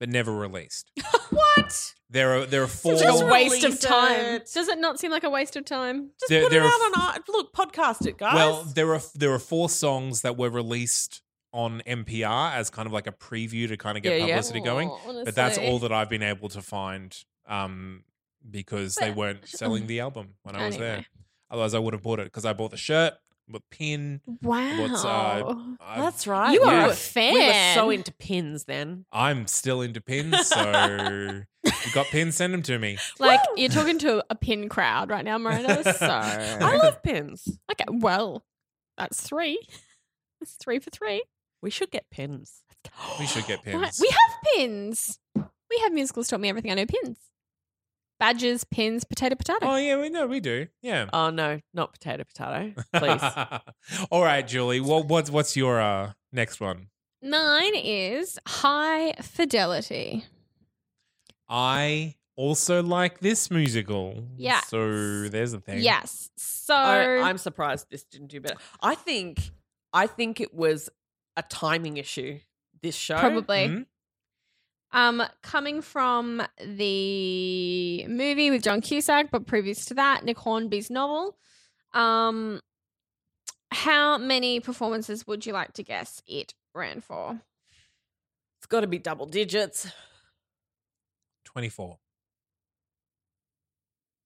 [SPEAKER 1] but never released.
[SPEAKER 3] What?
[SPEAKER 1] There are there are four.
[SPEAKER 3] Such
[SPEAKER 2] Just
[SPEAKER 3] a waste
[SPEAKER 2] release
[SPEAKER 3] of time.
[SPEAKER 2] it.
[SPEAKER 3] Does it not seem like a waste of time?
[SPEAKER 2] Just
[SPEAKER 1] There-
[SPEAKER 2] put
[SPEAKER 1] there
[SPEAKER 2] it
[SPEAKER 1] are
[SPEAKER 2] out on our, look, podcast it, guys.
[SPEAKER 1] Well, there are there are four songs that were released on MPR as kind of like a preview to kind of get
[SPEAKER 2] Yeah, yeah.
[SPEAKER 1] publicity going.
[SPEAKER 3] Aw,
[SPEAKER 1] But that's
[SPEAKER 3] honestly.
[SPEAKER 1] all that I've been able to find um, because they
[SPEAKER 3] But-
[SPEAKER 1] weren't selling the album when I was there.
[SPEAKER 3] Anyway.
[SPEAKER 1] Otherwise, I would have bought it because I bought the shirt, the pin.
[SPEAKER 3] Wow.
[SPEAKER 1] What's, uh, I-
[SPEAKER 2] That's right.
[SPEAKER 3] You
[SPEAKER 2] We
[SPEAKER 3] are a
[SPEAKER 2] were- We were
[SPEAKER 3] fan.
[SPEAKER 2] so into pins then.
[SPEAKER 1] I'm still into pins, so You got pins? Send them to me.
[SPEAKER 3] Like you're talking to a pin crowd right now, Marina. So
[SPEAKER 2] I love pins.
[SPEAKER 3] okay, well, that's three. That's three for three.
[SPEAKER 2] We should get pins.
[SPEAKER 1] We should get
[SPEAKER 3] Right,
[SPEAKER 1] pins.
[SPEAKER 3] We have pins. We have musicals taught me everything I know. Pins, badges, pins, potato, potato.
[SPEAKER 1] Oh yeah, we know we do. Yeah.
[SPEAKER 2] Oh no, not potato potato. Oh, Please.
[SPEAKER 1] All right, Julie. What what's what's your uh, next one?
[SPEAKER 3] Mine is high fidelity.
[SPEAKER 1] I also like this musical.
[SPEAKER 3] Yeah.
[SPEAKER 1] So there's a thing.
[SPEAKER 3] Yes. So
[SPEAKER 2] I, I'm surprised this didn't do better. I think I think it was a timing issue. This show
[SPEAKER 3] probably.
[SPEAKER 1] Mhm.
[SPEAKER 3] Um, coming from the movie with John Cusack, but previous to that, Nick Hornby's novel. Um, how many performances would you like to guess it ran for?
[SPEAKER 2] it's got to be double digits.
[SPEAKER 1] 24.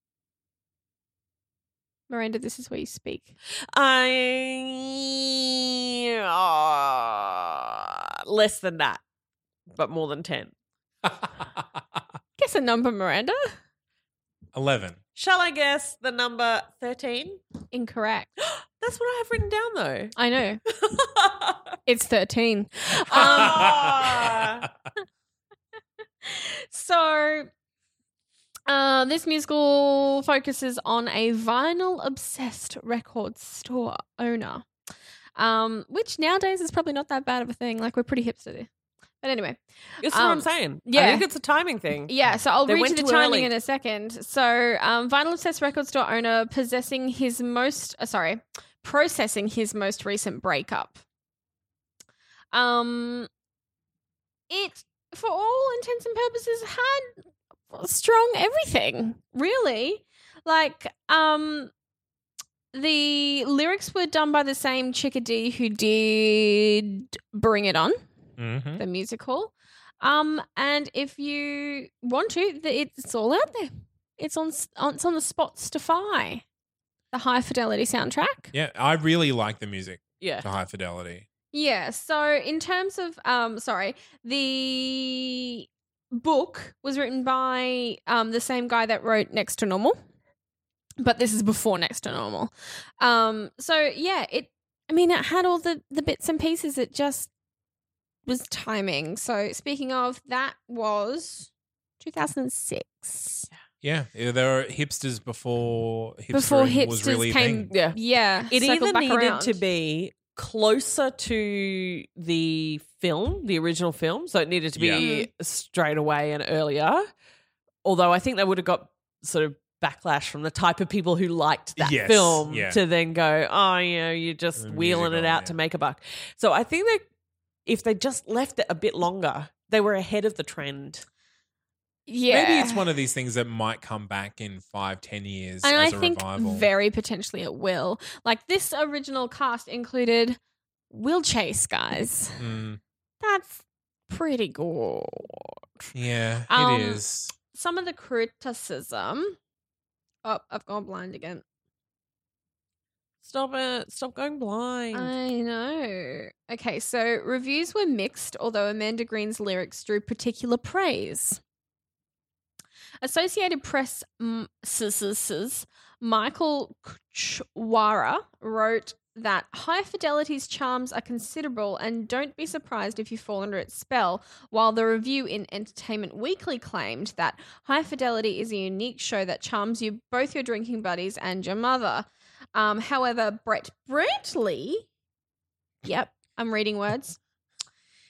[SPEAKER 3] Miranda, this is where you speak.
[SPEAKER 2] I uh, less than that, but more than ten.
[SPEAKER 3] Guess a number, Miranda.
[SPEAKER 1] 11.
[SPEAKER 2] Shall I guess the number thirteen?
[SPEAKER 3] Incorrect.
[SPEAKER 2] That's what I have written down though.
[SPEAKER 3] I know. It's 13.
[SPEAKER 2] Ah.
[SPEAKER 3] So, uh, this musical focuses on a vinyl obsessed record store owner, um, which nowadays is probably not that bad of a thing. Like, we're pretty hipster there. But anyway,
[SPEAKER 2] That's what
[SPEAKER 3] Um,
[SPEAKER 2] I'm saying. I
[SPEAKER 3] yeah.
[SPEAKER 2] think it's a timing thing.
[SPEAKER 3] yeah, so I'll
[SPEAKER 2] They
[SPEAKER 3] read
[SPEAKER 2] went
[SPEAKER 3] you the
[SPEAKER 2] too
[SPEAKER 3] timing
[SPEAKER 2] early.
[SPEAKER 3] in a second. So, um, vinyl obsessed record store owner possessing his most, uh, sorry, processing his most recent breakup. Um, it, for all intents and purposes, had strong everything, really. Like, um, the lyrics were done by the same chickadee who did Bring It On
[SPEAKER 1] Mhm.
[SPEAKER 3] the musical. Um, and if you want to, the, it's all out there. It's on, s- on it's on the Spotify, the high fidelity soundtrack.
[SPEAKER 1] Yeah, I really like the music
[SPEAKER 2] Yeah.
[SPEAKER 1] to high fidelity.
[SPEAKER 3] Yeah. So in terms of um, sorry, the book was written by um the same guy that wrote Next to Normal, but this is before Next to Normal. Um. So yeah, it. I mean, it had all the the bits and pieces. It just was timing. So speaking of, that was 2006.
[SPEAKER 1] Yeah, yeah, there were hipsters before hipstering
[SPEAKER 3] Before
[SPEAKER 1] was
[SPEAKER 3] hipsters
[SPEAKER 1] really a
[SPEAKER 3] came-
[SPEAKER 1] thing.
[SPEAKER 2] Yeah.
[SPEAKER 3] Yeah.
[SPEAKER 2] It
[SPEAKER 3] circle
[SPEAKER 2] either
[SPEAKER 3] back
[SPEAKER 2] needed
[SPEAKER 3] around.
[SPEAKER 2] to be closer to the film, the original film, so it needed to be
[SPEAKER 1] Yeah.
[SPEAKER 3] Mm-hmm.
[SPEAKER 2] straight away and earlier. Although I think they would have got sort of backlash from the type of people who liked that
[SPEAKER 1] Yes,
[SPEAKER 2] film
[SPEAKER 1] yeah.
[SPEAKER 2] to then go, oh, you know, you're just
[SPEAKER 1] The
[SPEAKER 2] wheeling it
[SPEAKER 1] musical,
[SPEAKER 2] out
[SPEAKER 1] yeah.
[SPEAKER 2] to make a buck. So I think they, if they just left it a bit longer, they were ahead of the trend.
[SPEAKER 3] Yeah.
[SPEAKER 1] Maybe it's one of these things that might come back in five, ten years
[SPEAKER 3] and
[SPEAKER 1] as
[SPEAKER 3] I
[SPEAKER 1] a
[SPEAKER 3] think
[SPEAKER 1] revival.
[SPEAKER 3] very potentially it will. Like this original cast included Will Chase, guys.
[SPEAKER 1] Mm,
[SPEAKER 3] That's pretty good.
[SPEAKER 1] yeah,
[SPEAKER 3] Um,
[SPEAKER 1] it is.
[SPEAKER 3] Some of the criticism. Oh, I've gone blind again.
[SPEAKER 2] Stop it. Stop going blind.
[SPEAKER 3] I know. Okay, so reviews were mixed, although Amanda Green's lyrics drew particular praise. Associated Press mm, s- s- s- Michael Kuchwara wrote that high fidelity's charms are considerable and don't be surprised if you fall under its spell, while the review in Entertainment Weekly claimed that high fidelity is a unique show that charms you, both your drinking buddies and your mother. Um, however, Brett Brantley, yep, I'm reading words.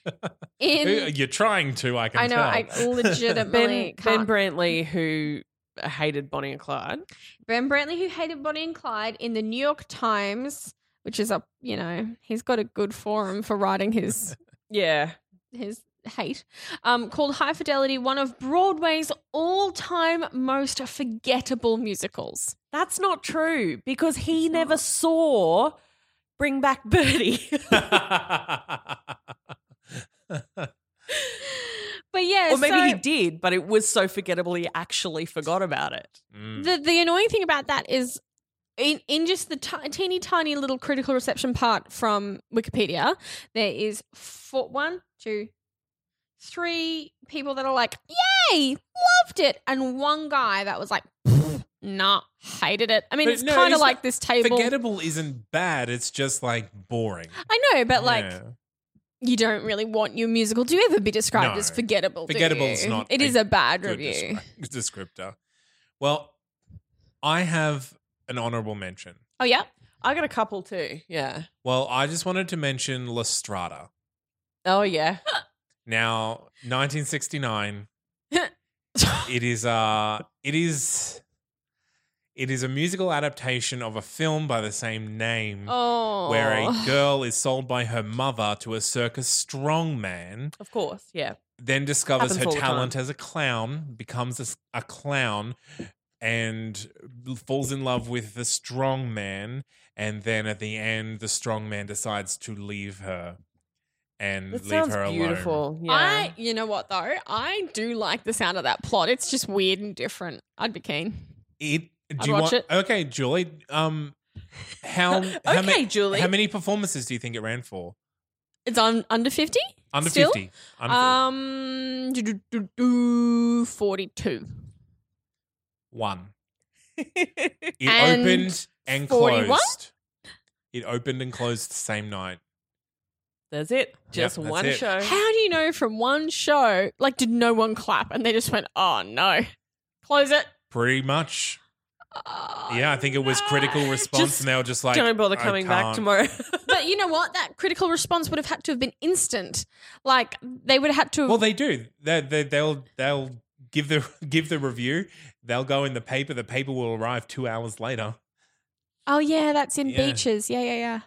[SPEAKER 1] Uh,
[SPEAKER 3] In
[SPEAKER 1] You're trying to, I can
[SPEAKER 3] I know,
[SPEAKER 1] tell.
[SPEAKER 3] I legitimately
[SPEAKER 2] ben, ben
[SPEAKER 3] can't.
[SPEAKER 2] Brantley, who hated Bonnie and Clyde.
[SPEAKER 3] Ben Brantley, who hated Bonnie and Clyde, in the New York Times, which is a you know he's got a good forum for writing his
[SPEAKER 2] Yeah.
[SPEAKER 3] his hate, um, called High Fidelity one of Broadway's all-time most forgettable musicals.
[SPEAKER 2] That's not true because he never saw Bring Back Birdie.
[SPEAKER 3] But yeah,
[SPEAKER 2] or maybe
[SPEAKER 3] so-
[SPEAKER 2] he did, but it was so forgettable he actually forgot about it.
[SPEAKER 1] Mm.
[SPEAKER 3] the the annoying thing about that is in, in just the ti teeny tiny little critical reception part from Wikipedia, there is four, one, two, three people that are like, yay, loved it, and one guy that was like, "Pfft, nah, hated it. I mean,
[SPEAKER 1] But
[SPEAKER 3] it's
[SPEAKER 1] no,
[SPEAKER 3] kind of
[SPEAKER 1] it's
[SPEAKER 3] like
[SPEAKER 1] not
[SPEAKER 3] this table.
[SPEAKER 1] Forgettable isn't bad. It's just like boring.
[SPEAKER 3] I know, but like,
[SPEAKER 1] Yeah.
[SPEAKER 3] you don't really want your musical to ever be described
[SPEAKER 1] No.
[SPEAKER 3] as forgettable. do
[SPEAKER 1] Forgettable's
[SPEAKER 3] you?
[SPEAKER 1] not
[SPEAKER 3] It
[SPEAKER 1] a
[SPEAKER 3] is a bad
[SPEAKER 1] good
[SPEAKER 3] review.
[SPEAKER 1] descri- descriptor. Well, I have an honorable mention.
[SPEAKER 3] Oh yeah,
[SPEAKER 2] I got a couple too. Yeah.
[SPEAKER 1] Well, I just wanted to mention La Strada.
[SPEAKER 2] Oh yeah.
[SPEAKER 1] Now, 1969. it is uh it is it is a musical adaptation of a film by the same name
[SPEAKER 3] oh,
[SPEAKER 1] where a girl is sold by her mother to a circus strongman,
[SPEAKER 2] Of course. Yeah.
[SPEAKER 1] then discovers
[SPEAKER 2] Happens
[SPEAKER 1] her
[SPEAKER 2] all the time.
[SPEAKER 1] talent as a clown, becomes a, s- a clown and falls in love with the strong man and then at the end the strong man decides to leave her and
[SPEAKER 2] That
[SPEAKER 1] Mm, leave
[SPEAKER 2] sounds
[SPEAKER 1] her alone.
[SPEAKER 2] beautiful. Yeah.
[SPEAKER 3] I, you know what though? I do like the sound of that plot. It's just weird and different. I'd be keen.
[SPEAKER 1] It. Do
[SPEAKER 3] I'd
[SPEAKER 1] you
[SPEAKER 3] watch
[SPEAKER 1] want?
[SPEAKER 3] it.
[SPEAKER 1] Okay, Julie. Um, how? how
[SPEAKER 2] Okay,
[SPEAKER 1] many,
[SPEAKER 2] Julie.
[SPEAKER 1] How many performances do you think it ran for?
[SPEAKER 3] It's on under fifty.
[SPEAKER 1] Under
[SPEAKER 3] Still?
[SPEAKER 1] fifty. Under
[SPEAKER 3] Um, do, do, do, do, forty-two.
[SPEAKER 1] 50. one. It
[SPEAKER 3] And
[SPEAKER 1] opened and
[SPEAKER 3] 41?
[SPEAKER 1] closed. It opened and closed the same night.
[SPEAKER 2] that's it. Just
[SPEAKER 1] that's
[SPEAKER 2] one
[SPEAKER 1] it.
[SPEAKER 2] show.
[SPEAKER 3] How do you know from one show? Like, did no one clap and they just went, "Oh no, close it."
[SPEAKER 1] Pretty much.
[SPEAKER 3] Oh,
[SPEAKER 1] yeah, I think it was
[SPEAKER 3] no.
[SPEAKER 1] critical response,
[SPEAKER 3] Just
[SPEAKER 1] and they were just like,
[SPEAKER 2] Don't bother
[SPEAKER 1] "I
[SPEAKER 2] coming back
[SPEAKER 1] can't."
[SPEAKER 2] tomorrow.
[SPEAKER 3] But you know what? That critical response would have had to have been instant. Like they would have had to. Have,
[SPEAKER 1] Well, they do. They, they, they'll they'll give the give the review. They'll go in the paper. The paper will arrive two hours later.
[SPEAKER 3] oh yeah, that's in
[SPEAKER 1] Yeah.
[SPEAKER 3] beaches. Yeah, yeah, yeah.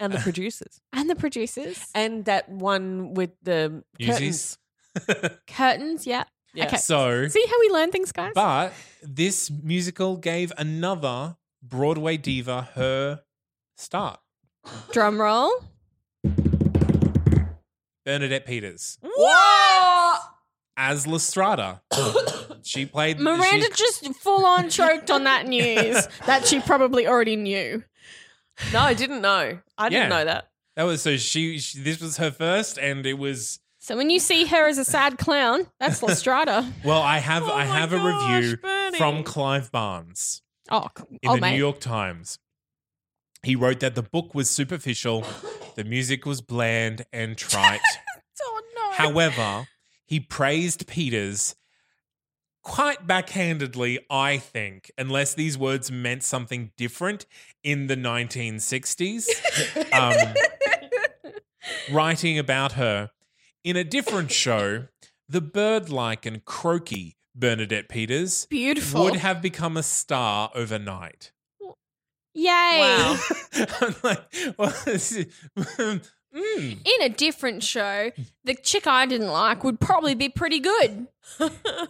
[SPEAKER 2] and the producers.
[SPEAKER 3] And the producers
[SPEAKER 1] Uh,
[SPEAKER 2] And that one with the curtains.
[SPEAKER 1] Newsies.
[SPEAKER 3] curtains. Yeah.
[SPEAKER 2] Yeah.
[SPEAKER 3] Okay.
[SPEAKER 1] So
[SPEAKER 3] See how we learn things, guys.
[SPEAKER 1] But this musical gave another Broadway diva her start.
[SPEAKER 3] Drum roll.
[SPEAKER 1] Bernadette Peters
[SPEAKER 3] What?
[SPEAKER 1] as Lestrada. she played
[SPEAKER 3] Miranda
[SPEAKER 1] she-
[SPEAKER 3] just full on choked on that news that she probably already knew.
[SPEAKER 2] No, I didn't know. I
[SPEAKER 1] Yeah.
[SPEAKER 2] didn't know that.
[SPEAKER 1] that was so she, she. This was her first, and it was
[SPEAKER 3] So when you see her as a sad clown, that's Lestrada.
[SPEAKER 1] well. I have
[SPEAKER 2] Oh
[SPEAKER 1] I
[SPEAKER 2] my
[SPEAKER 1] have a
[SPEAKER 2] gosh,
[SPEAKER 1] review
[SPEAKER 2] Bernie.
[SPEAKER 1] from Clive Barnes.
[SPEAKER 3] Oh,
[SPEAKER 1] in
[SPEAKER 3] oh
[SPEAKER 1] the
[SPEAKER 3] mate.
[SPEAKER 1] New York Times. He wrote that the book was superficial, the music was bland and trite.
[SPEAKER 3] oh no.
[SPEAKER 1] However, he praised Peters quite backhandedly, I think, unless these words meant something different in the 1960s. um, writing about her in a different show, the bird like and croaky Bernadette Peters
[SPEAKER 3] Beautiful.
[SPEAKER 1] would have become a star overnight.
[SPEAKER 3] Yay.
[SPEAKER 2] Wow.
[SPEAKER 1] I'm like, well, this is- mm.
[SPEAKER 3] in a different show, the chick I didn't like would probably be pretty good.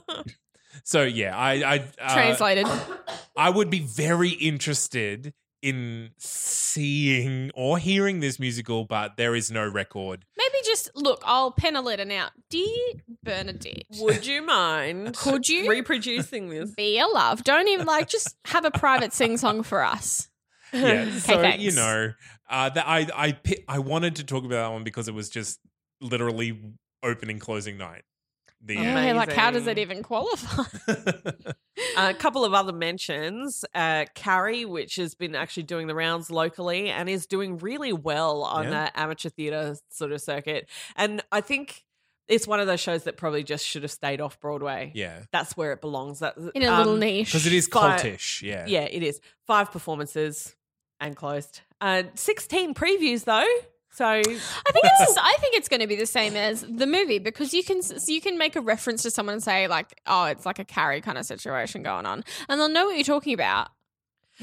[SPEAKER 1] so yeah, I I uh,
[SPEAKER 3] Translated.
[SPEAKER 1] I would be very interested in seeing or hearing this musical, but there is no record.
[SPEAKER 3] Maybe just look, I'll pen a letter now. Dear Bernadette,
[SPEAKER 2] Would you mind
[SPEAKER 3] could you
[SPEAKER 2] reproducing this?
[SPEAKER 3] be a love? Don't even like, just have a private sing song for us.
[SPEAKER 1] Yeah, so
[SPEAKER 3] thanks.
[SPEAKER 1] you know, uh, that I I pi- I wanted to talk about that one because it was just literally opening closing night. The
[SPEAKER 3] Yeah,
[SPEAKER 1] end.
[SPEAKER 3] like, how does it
[SPEAKER 2] Amazing.
[SPEAKER 3] even qualify?
[SPEAKER 2] a couple of other mentions. Uh, Carrie, which has been actually doing the rounds locally and is doing really well on
[SPEAKER 1] Yeah.
[SPEAKER 2] that amateur theatre sort of circuit. And I think it's one of those shows that probably just should have stayed off Broadway.
[SPEAKER 1] yeah,
[SPEAKER 2] That's where it belongs. That,
[SPEAKER 3] In a
[SPEAKER 2] um,
[SPEAKER 3] little niche.
[SPEAKER 1] because it is
[SPEAKER 2] But-
[SPEAKER 1] cultish. Yeah,
[SPEAKER 2] Yeah, it is. Five performances and closed. Uh, 16 previews, though. So
[SPEAKER 3] I think it's. I think it's going to be the same as the movie because you can s- you can make a reference to someone and say like, oh, it's like a carry kind of situation going on, and they'll know what you're talking about,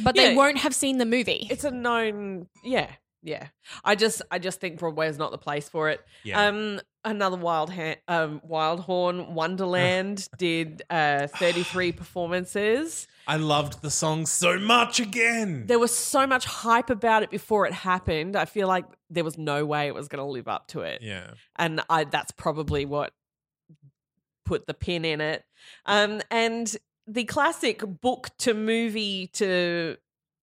[SPEAKER 3] but they
[SPEAKER 2] Yeah.
[SPEAKER 3] won't have seen the movie.
[SPEAKER 2] it's a known yeah yeah i just i just think broadway is not the place for it
[SPEAKER 1] yeah.
[SPEAKER 2] um another wild ha- um wild horn wonderland did uh 33 performances
[SPEAKER 1] I loved the song so much again.
[SPEAKER 2] there was so much hype about it before it happened i feel like there was no way it was going to live up to it
[SPEAKER 1] yeah,
[SPEAKER 2] and I that's probably what put the pin in it. Um, and the classic book to movie to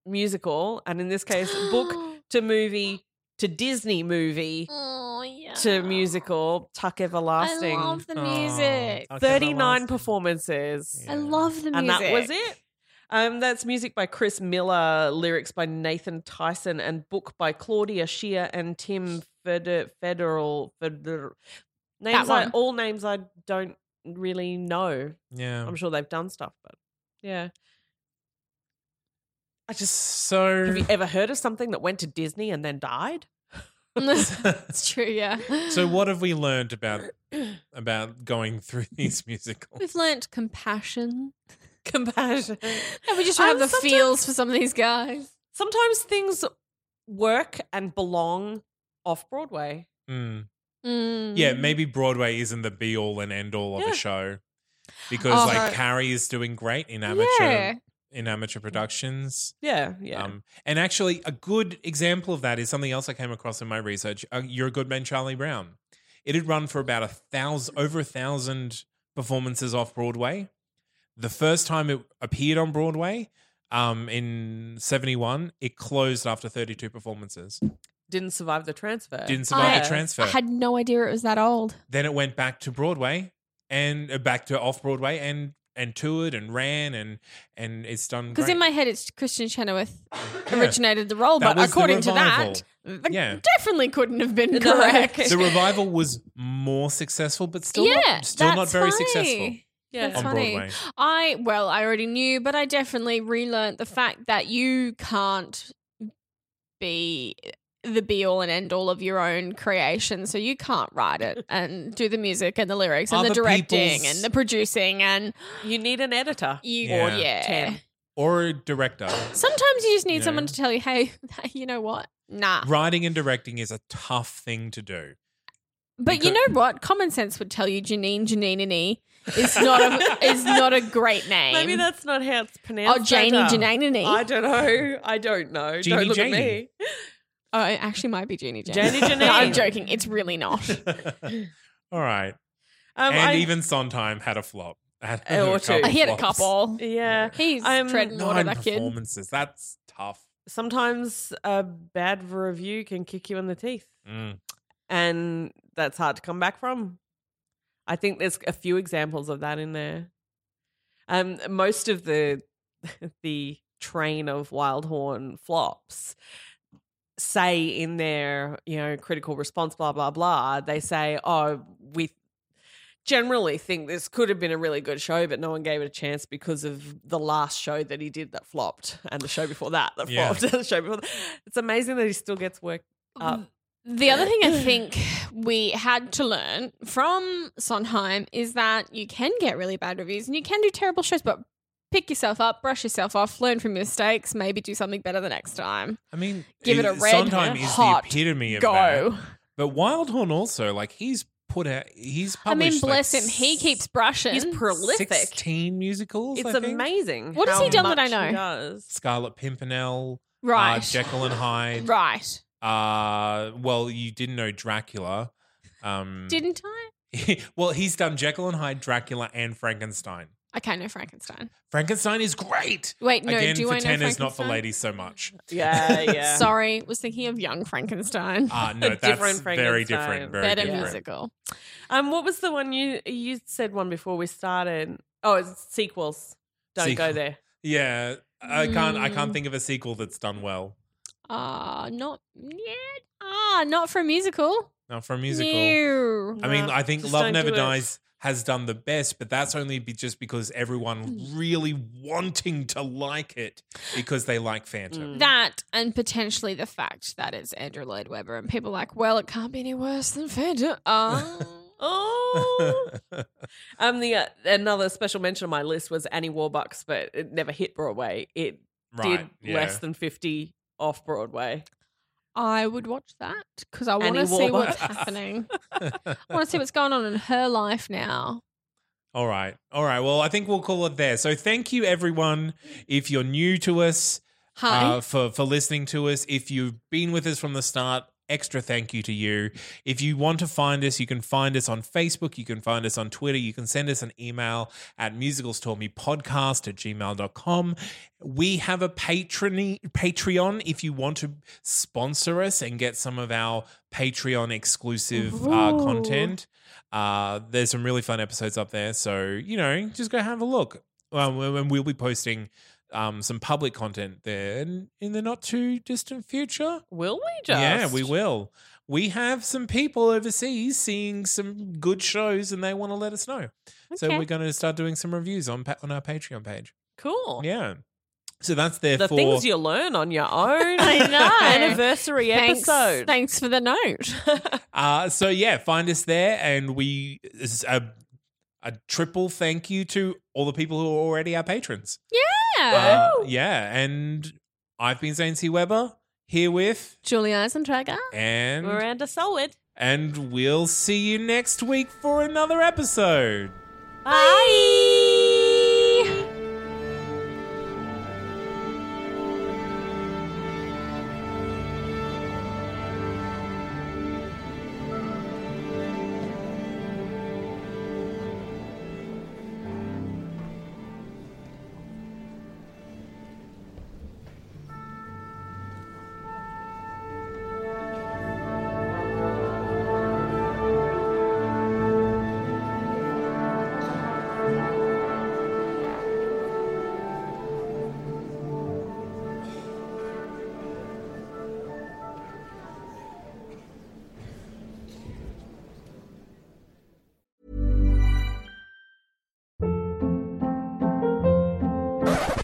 [SPEAKER 2] musical, and in this case, book to movie to Disney movie
[SPEAKER 3] Oh, yeah.
[SPEAKER 2] to musical Tuck
[SPEAKER 3] I
[SPEAKER 2] Everlasting.
[SPEAKER 3] love the
[SPEAKER 1] Oh,
[SPEAKER 3] music.
[SPEAKER 1] okay, that
[SPEAKER 2] 39
[SPEAKER 1] last-
[SPEAKER 2] performances.
[SPEAKER 1] Yeah.
[SPEAKER 3] I love the music.
[SPEAKER 2] And that was it. Um, that's music by Chris Miller, lyrics by Nathan Tyson, and book by Claudia Shear and Tim Feder- Federal. Feder- names I,
[SPEAKER 3] one.
[SPEAKER 2] all names I don't really know.
[SPEAKER 1] Yeah.
[SPEAKER 2] I'm sure they've done stuff, but yeah.
[SPEAKER 1] I just so.
[SPEAKER 2] Have you ever heard of something that went to Disney and then died?
[SPEAKER 3] it's true, yeah.
[SPEAKER 1] so what have we learned about about going through these musicals?
[SPEAKER 3] We've learnt compassion.
[SPEAKER 2] Compassion.
[SPEAKER 3] And we just
[SPEAKER 2] I'm
[SPEAKER 3] have the
[SPEAKER 2] sometimes-
[SPEAKER 3] feels for some of these guys.
[SPEAKER 2] Sometimes things work and belong off Broadway.
[SPEAKER 1] Mm.
[SPEAKER 3] Mm.
[SPEAKER 1] Yeah, maybe Broadway isn't the be all and end all of
[SPEAKER 2] Yeah.
[SPEAKER 1] a show. Because
[SPEAKER 3] Oh.
[SPEAKER 1] like Carrie is doing great in amateur
[SPEAKER 3] Yeah.
[SPEAKER 1] in amateur productions.
[SPEAKER 2] Yeah, yeah.
[SPEAKER 1] Um, and actually, a good example of that is something else I came across in my research. Uh, You're a Good Man, Charlie Brown. It had run for about a thousand, over a thousand performances off Broadway. The first time it appeared on Broadway um, in 71, it closed after 32 performances.
[SPEAKER 2] Didn't survive the transfer.
[SPEAKER 1] Didn't survive
[SPEAKER 3] I-
[SPEAKER 1] the transfer.
[SPEAKER 3] I had no idea it was that old.
[SPEAKER 1] then it went back to Broadway and uh, back to off Broadway and and toured and ran and and it's done
[SPEAKER 3] Because
[SPEAKER 1] great.
[SPEAKER 3] in my head, it's Christian Chenoweth
[SPEAKER 1] Yeah.
[SPEAKER 3] originated the role,
[SPEAKER 1] That
[SPEAKER 3] but
[SPEAKER 1] was the
[SPEAKER 3] according to
[SPEAKER 1] revival.
[SPEAKER 3] that, that
[SPEAKER 1] Yeah.
[SPEAKER 3] definitely couldn't have been
[SPEAKER 2] No.
[SPEAKER 3] correct.
[SPEAKER 1] the revival was more successful, but still
[SPEAKER 3] yeah,
[SPEAKER 1] not, still not
[SPEAKER 3] that's
[SPEAKER 1] very
[SPEAKER 3] funny.
[SPEAKER 1] successful
[SPEAKER 2] Yeah.
[SPEAKER 3] That's
[SPEAKER 1] on
[SPEAKER 3] funny.
[SPEAKER 1] Broadway.
[SPEAKER 3] I well, I already knew, but I definitely relearned the fact that you can't be the be all and end all of your own creation. So you can't write it and do the music and the lyrics and the
[SPEAKER 1] Other
[SPEAKER 3] directing
[SPEAKER 1] people's-
[SPEAKER 3] and the producing and
[SPEAKER 2] You need an editor.
[SPEAKER 3] you
[SPEAKER 1] Yeah.
[SPEAKER 3] yeah.
[SPEAKER 2] Ten.
[SPEAKER 1] Or a director.
[SPEAKER 3] Sometimes you just need
[SPEAKER 1] Yeah.
[SPEAKER 3] someone to tell you, hey, you know what? Nah.
[SPEAKER 1] Writing and directing is a tough thing to do.
[SPEAKER 3] But you know what? Common sense would tell you Janine Janine and E is not a is not a great name.
[SPEAKER 2] Maybe that's not how it's
[SPEAKER 3] Oh
[SPEAKER 2] pronounced.
[SPEAKER 3] Janie
[SPEAKER 2] either.
[SPEAKER 3] Janine and E.
[SPEAKER 2] I don't know. I don't know.
[SPEAKER 1] Jeannie
[SPEAKER 2] don't look at
[SPEAKER 1] Janie.
[SPEAKER 2] me.
[SPEAKER 3] Oh, it actually might be Janie Janine.
[SPEAKER 2] Janie Janine.
[SPEAKER 3] No, I'm joking. It's really not.
[SPEAKER 1] All right.
[SPEAKER 2] Um,
[SPEAKER 1] and
[SPEAKER 2] I-
[SPEAKER 1] even Sondheim had a flop. Had
[SPEAKER 2] Or
[SPEAKER 1] a
[SPEAKER 2] two.
[SPEAKER 1] couple
[SPEAKER 2] I
[SPEAKER 3] Oh, He had a
[SPEAKER 1] flops.
[SPEAKER 3] couple.
[SPEAKER 2] Yeah.
[SPEAKER 3] He's
[SPEAKER 2] Um,
[SPEAKER 3] treading water,
[SPEAKER 1] Nine
[SPEAKER 3] that kid.
[SPEAKER 1] performances. That's tough.
[SPEAKER 2] Sometimes a bad review can kick you in the teeth,
[SPEAKER 1] Mm.
[SPEAKER 2] and that's hard to come back from. I think there's a few examples of that in there. Um, most of the the train of Wildhorn flops say in their you know critical response blah blah blah they say oh we generally think this could have been a really good show but no one gave it a chance because of the last show that he did that flopped and the show before that that
[SPEAKER 1] Yeah.
[SPEAKER 2] flopped and the show before that. it's amazing that he still gets work up
[SPEAKER 3] The other thing I think we had to learn from Sondheim is that you can get really bad reviews and you can do terrible shows, but pick yourself up, brush yourself off, learn from your mistakes, maybe do something better the next time.
[SPEAKER 1] I mean,
[SPEAKER 3] Give it a red
[SPEAKER 1] Sondheim is the
[SPEAKER 3] hot
[SPEAKER 1] epitome of
[SPEAKER 3] Go.
[SPEAKER 1] that. But Wildhorn also, like, he's put out, he's
[SPEAKER 3] I
[SPEAKER 1] published.
[SPEAKER 3] mean, bless
[SPEAKER 1] like,
[SPEAKER 3] him. He keeps brushing.
[SPEAKER 2] he's prolific
[SPEAKER 1] 16 musicals.
[SPEAKER 2] it's
[SPEAKER 1] I think.
[SPEAKER 2] amazing
[SPEAKER 3] What has
[SPEAKER 2] how
[SPEAKER 3] he done that I
[SPEAKER 2] much he
[SPEAKER 3] know?
[SPEAKER 2] does.
[SPEAKER 1] Scarlet Pimpernel,
[SPEAKER 3] right.
[SPEAKER 1] uh, Jekyll and Hyde.
[SPEAKER 3] right.
[SPEAKER 1] Uh, well, you didn't know Dracula. Um,
[SPEAKER 3] Didn't I?
[SPEAKER 1] well, he's done Jekyll and Hyde, Dracula, and Frankenstein.
[SPEAKER 3] Okay, no Frankenstein.
[SPEAKER 1] Frankenstein is great.
[SPEAKER 3] Wait, no,
[SPEAKER 1] Again,
[SPEAKER 3] do
[SPEAKER 1] for
[SPEAKER 3] I know
[SPEAKER 1] tenors, not for
[SPEAKER 3] Frankenstein?
[SPEAKER 1] ladies so much.
[SPEAKER 2] yeah yeah Oh,
[SPEAKER 3] Sorry, was thinking of Young Frankenstein.
[SPEAKER 1] Uh, no,
[SPEAKER 2] Different
[SPEAKER 1] that's very different.
[SPEAKER 2] Frankenstein.
[SPEAKER 1] Very
[SPEAKER 3] Better
[SPEAKER 1] different.
[SPEAKER 3] musical.
[SPEAKER 2] Um, what was the one you you said one before we started? Oh, it's sequels. Don't go
[SPEAKER 1] Sequel.
[SPEAKER 2] there.
[SPEAKER 1] Yeah, I can't. I can't
[SPEAKER 3] Mm.
[SPEAKER 1] think of a sequel that's done well.
[SPEAKER 3] Ah, not yet. Ah, not for a musical.
[SPEAKER 1] Not for a musical.
[SPEAKER 3] No.
[SPEAKER 1] I mean,
[SPEAKER 2] Nah,
[SPEAKER 1] I think
[SPEAKER 2] just
[SPEAKER 1] Love
[SPEAKER 2] don't
[SPEAKER 1] Never
[SPEAKER 2] do it.
[SPEAKER 1] Dies has done the best, but that's only be just because everyone
[SPEAKER 2] Hmm.
[SPEAKER 1] really wanting to like it because they like Phantom.
[SPEAKER 2] Mm.
[SPEAKER 3] That and potentially the fact that it's Andrew Lloyd Webber and people are like, well, it can't be any worse than Phantom. Ah.
[SPEAKER 2] Oh, um, the uh, another special mention on my list was Annie Warbucks, but it never hit Broadway. It
[SPEAKER 1] right.
[SPEAKER 2] did
[SPEAKER 1] yeah.
[SPEAKER 2] less than fifty off Broadway.
[SPEAKER 3] I would watch that because I
[SPEAKER 2] Annie
[SPEAKER 3] want to see what's
[SPEAKER 1] Warbucks.
[SPEAKER 3] happening. I want to see what's going on in her life now.
[SPEAKER 1] All right. All right. Well, I think we'll call it there. So thank you, everyone. If you're new to us,
[SPEAKER 3] Hi.
[SPEAKER 1] uh, for for listening to us. If you've been with us from the start, extra thank you to you. If you want to find us, you can find us on Facebook, you can find us on Twitter, you can send us an email at musicalstormypodcast at gmail.com. We have a patrony, Patreon if you want to sponsor us and get some of our Patreon exclusive uh,
[SPEAKER 3] Ooh.
[SPEAKER 1] content. Uh, there's some really fun episodes up there. So, you know, just go have a look. Um, and we'll be posting um, some public content there in, in the not too distant future.
[SPEAKER 2] Will we just?
[SPEAKER 1] Yeah, we will. We have some people overseas seeing some good shows and they want to let us know. So
[SPEAKER 3] Okay.
[SPEAKER 1] we're going to start doing some reviews on pa- on our Patreon page.
[SPEAKER 2] Cool.
[SPEAKER 1] Yeah. So that's there
[SPEAKER 2] The
[SPEAKER 1] for
[SPEAKER 2] things you learn on your own
[SPEAKER 3] I know.
[SPEAKER 2] anniversary
[SPEAKER 3] Thanks,
[SPEAKER 2] episode.
[SPEAKER 3] thanks for the note.
[SPEAKER 1] Uh, so yeah, find us there, and we this is a a triple thank you to all the people who are already our patrons.
[SPEAKER 3] yeah.
[SPEAKER 1] Uh, yeah, and I've been Zane C Weber here with
[SPEAKER 3] Julie Eisentrager.
[SPEAKER 1] and
[SPEAKER 2] Miranda Solid.
[SPEAKER 1] and we'll see you next week for another episode.
[SPEAKER 2] Bye.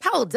[SPEAKER 4] Hold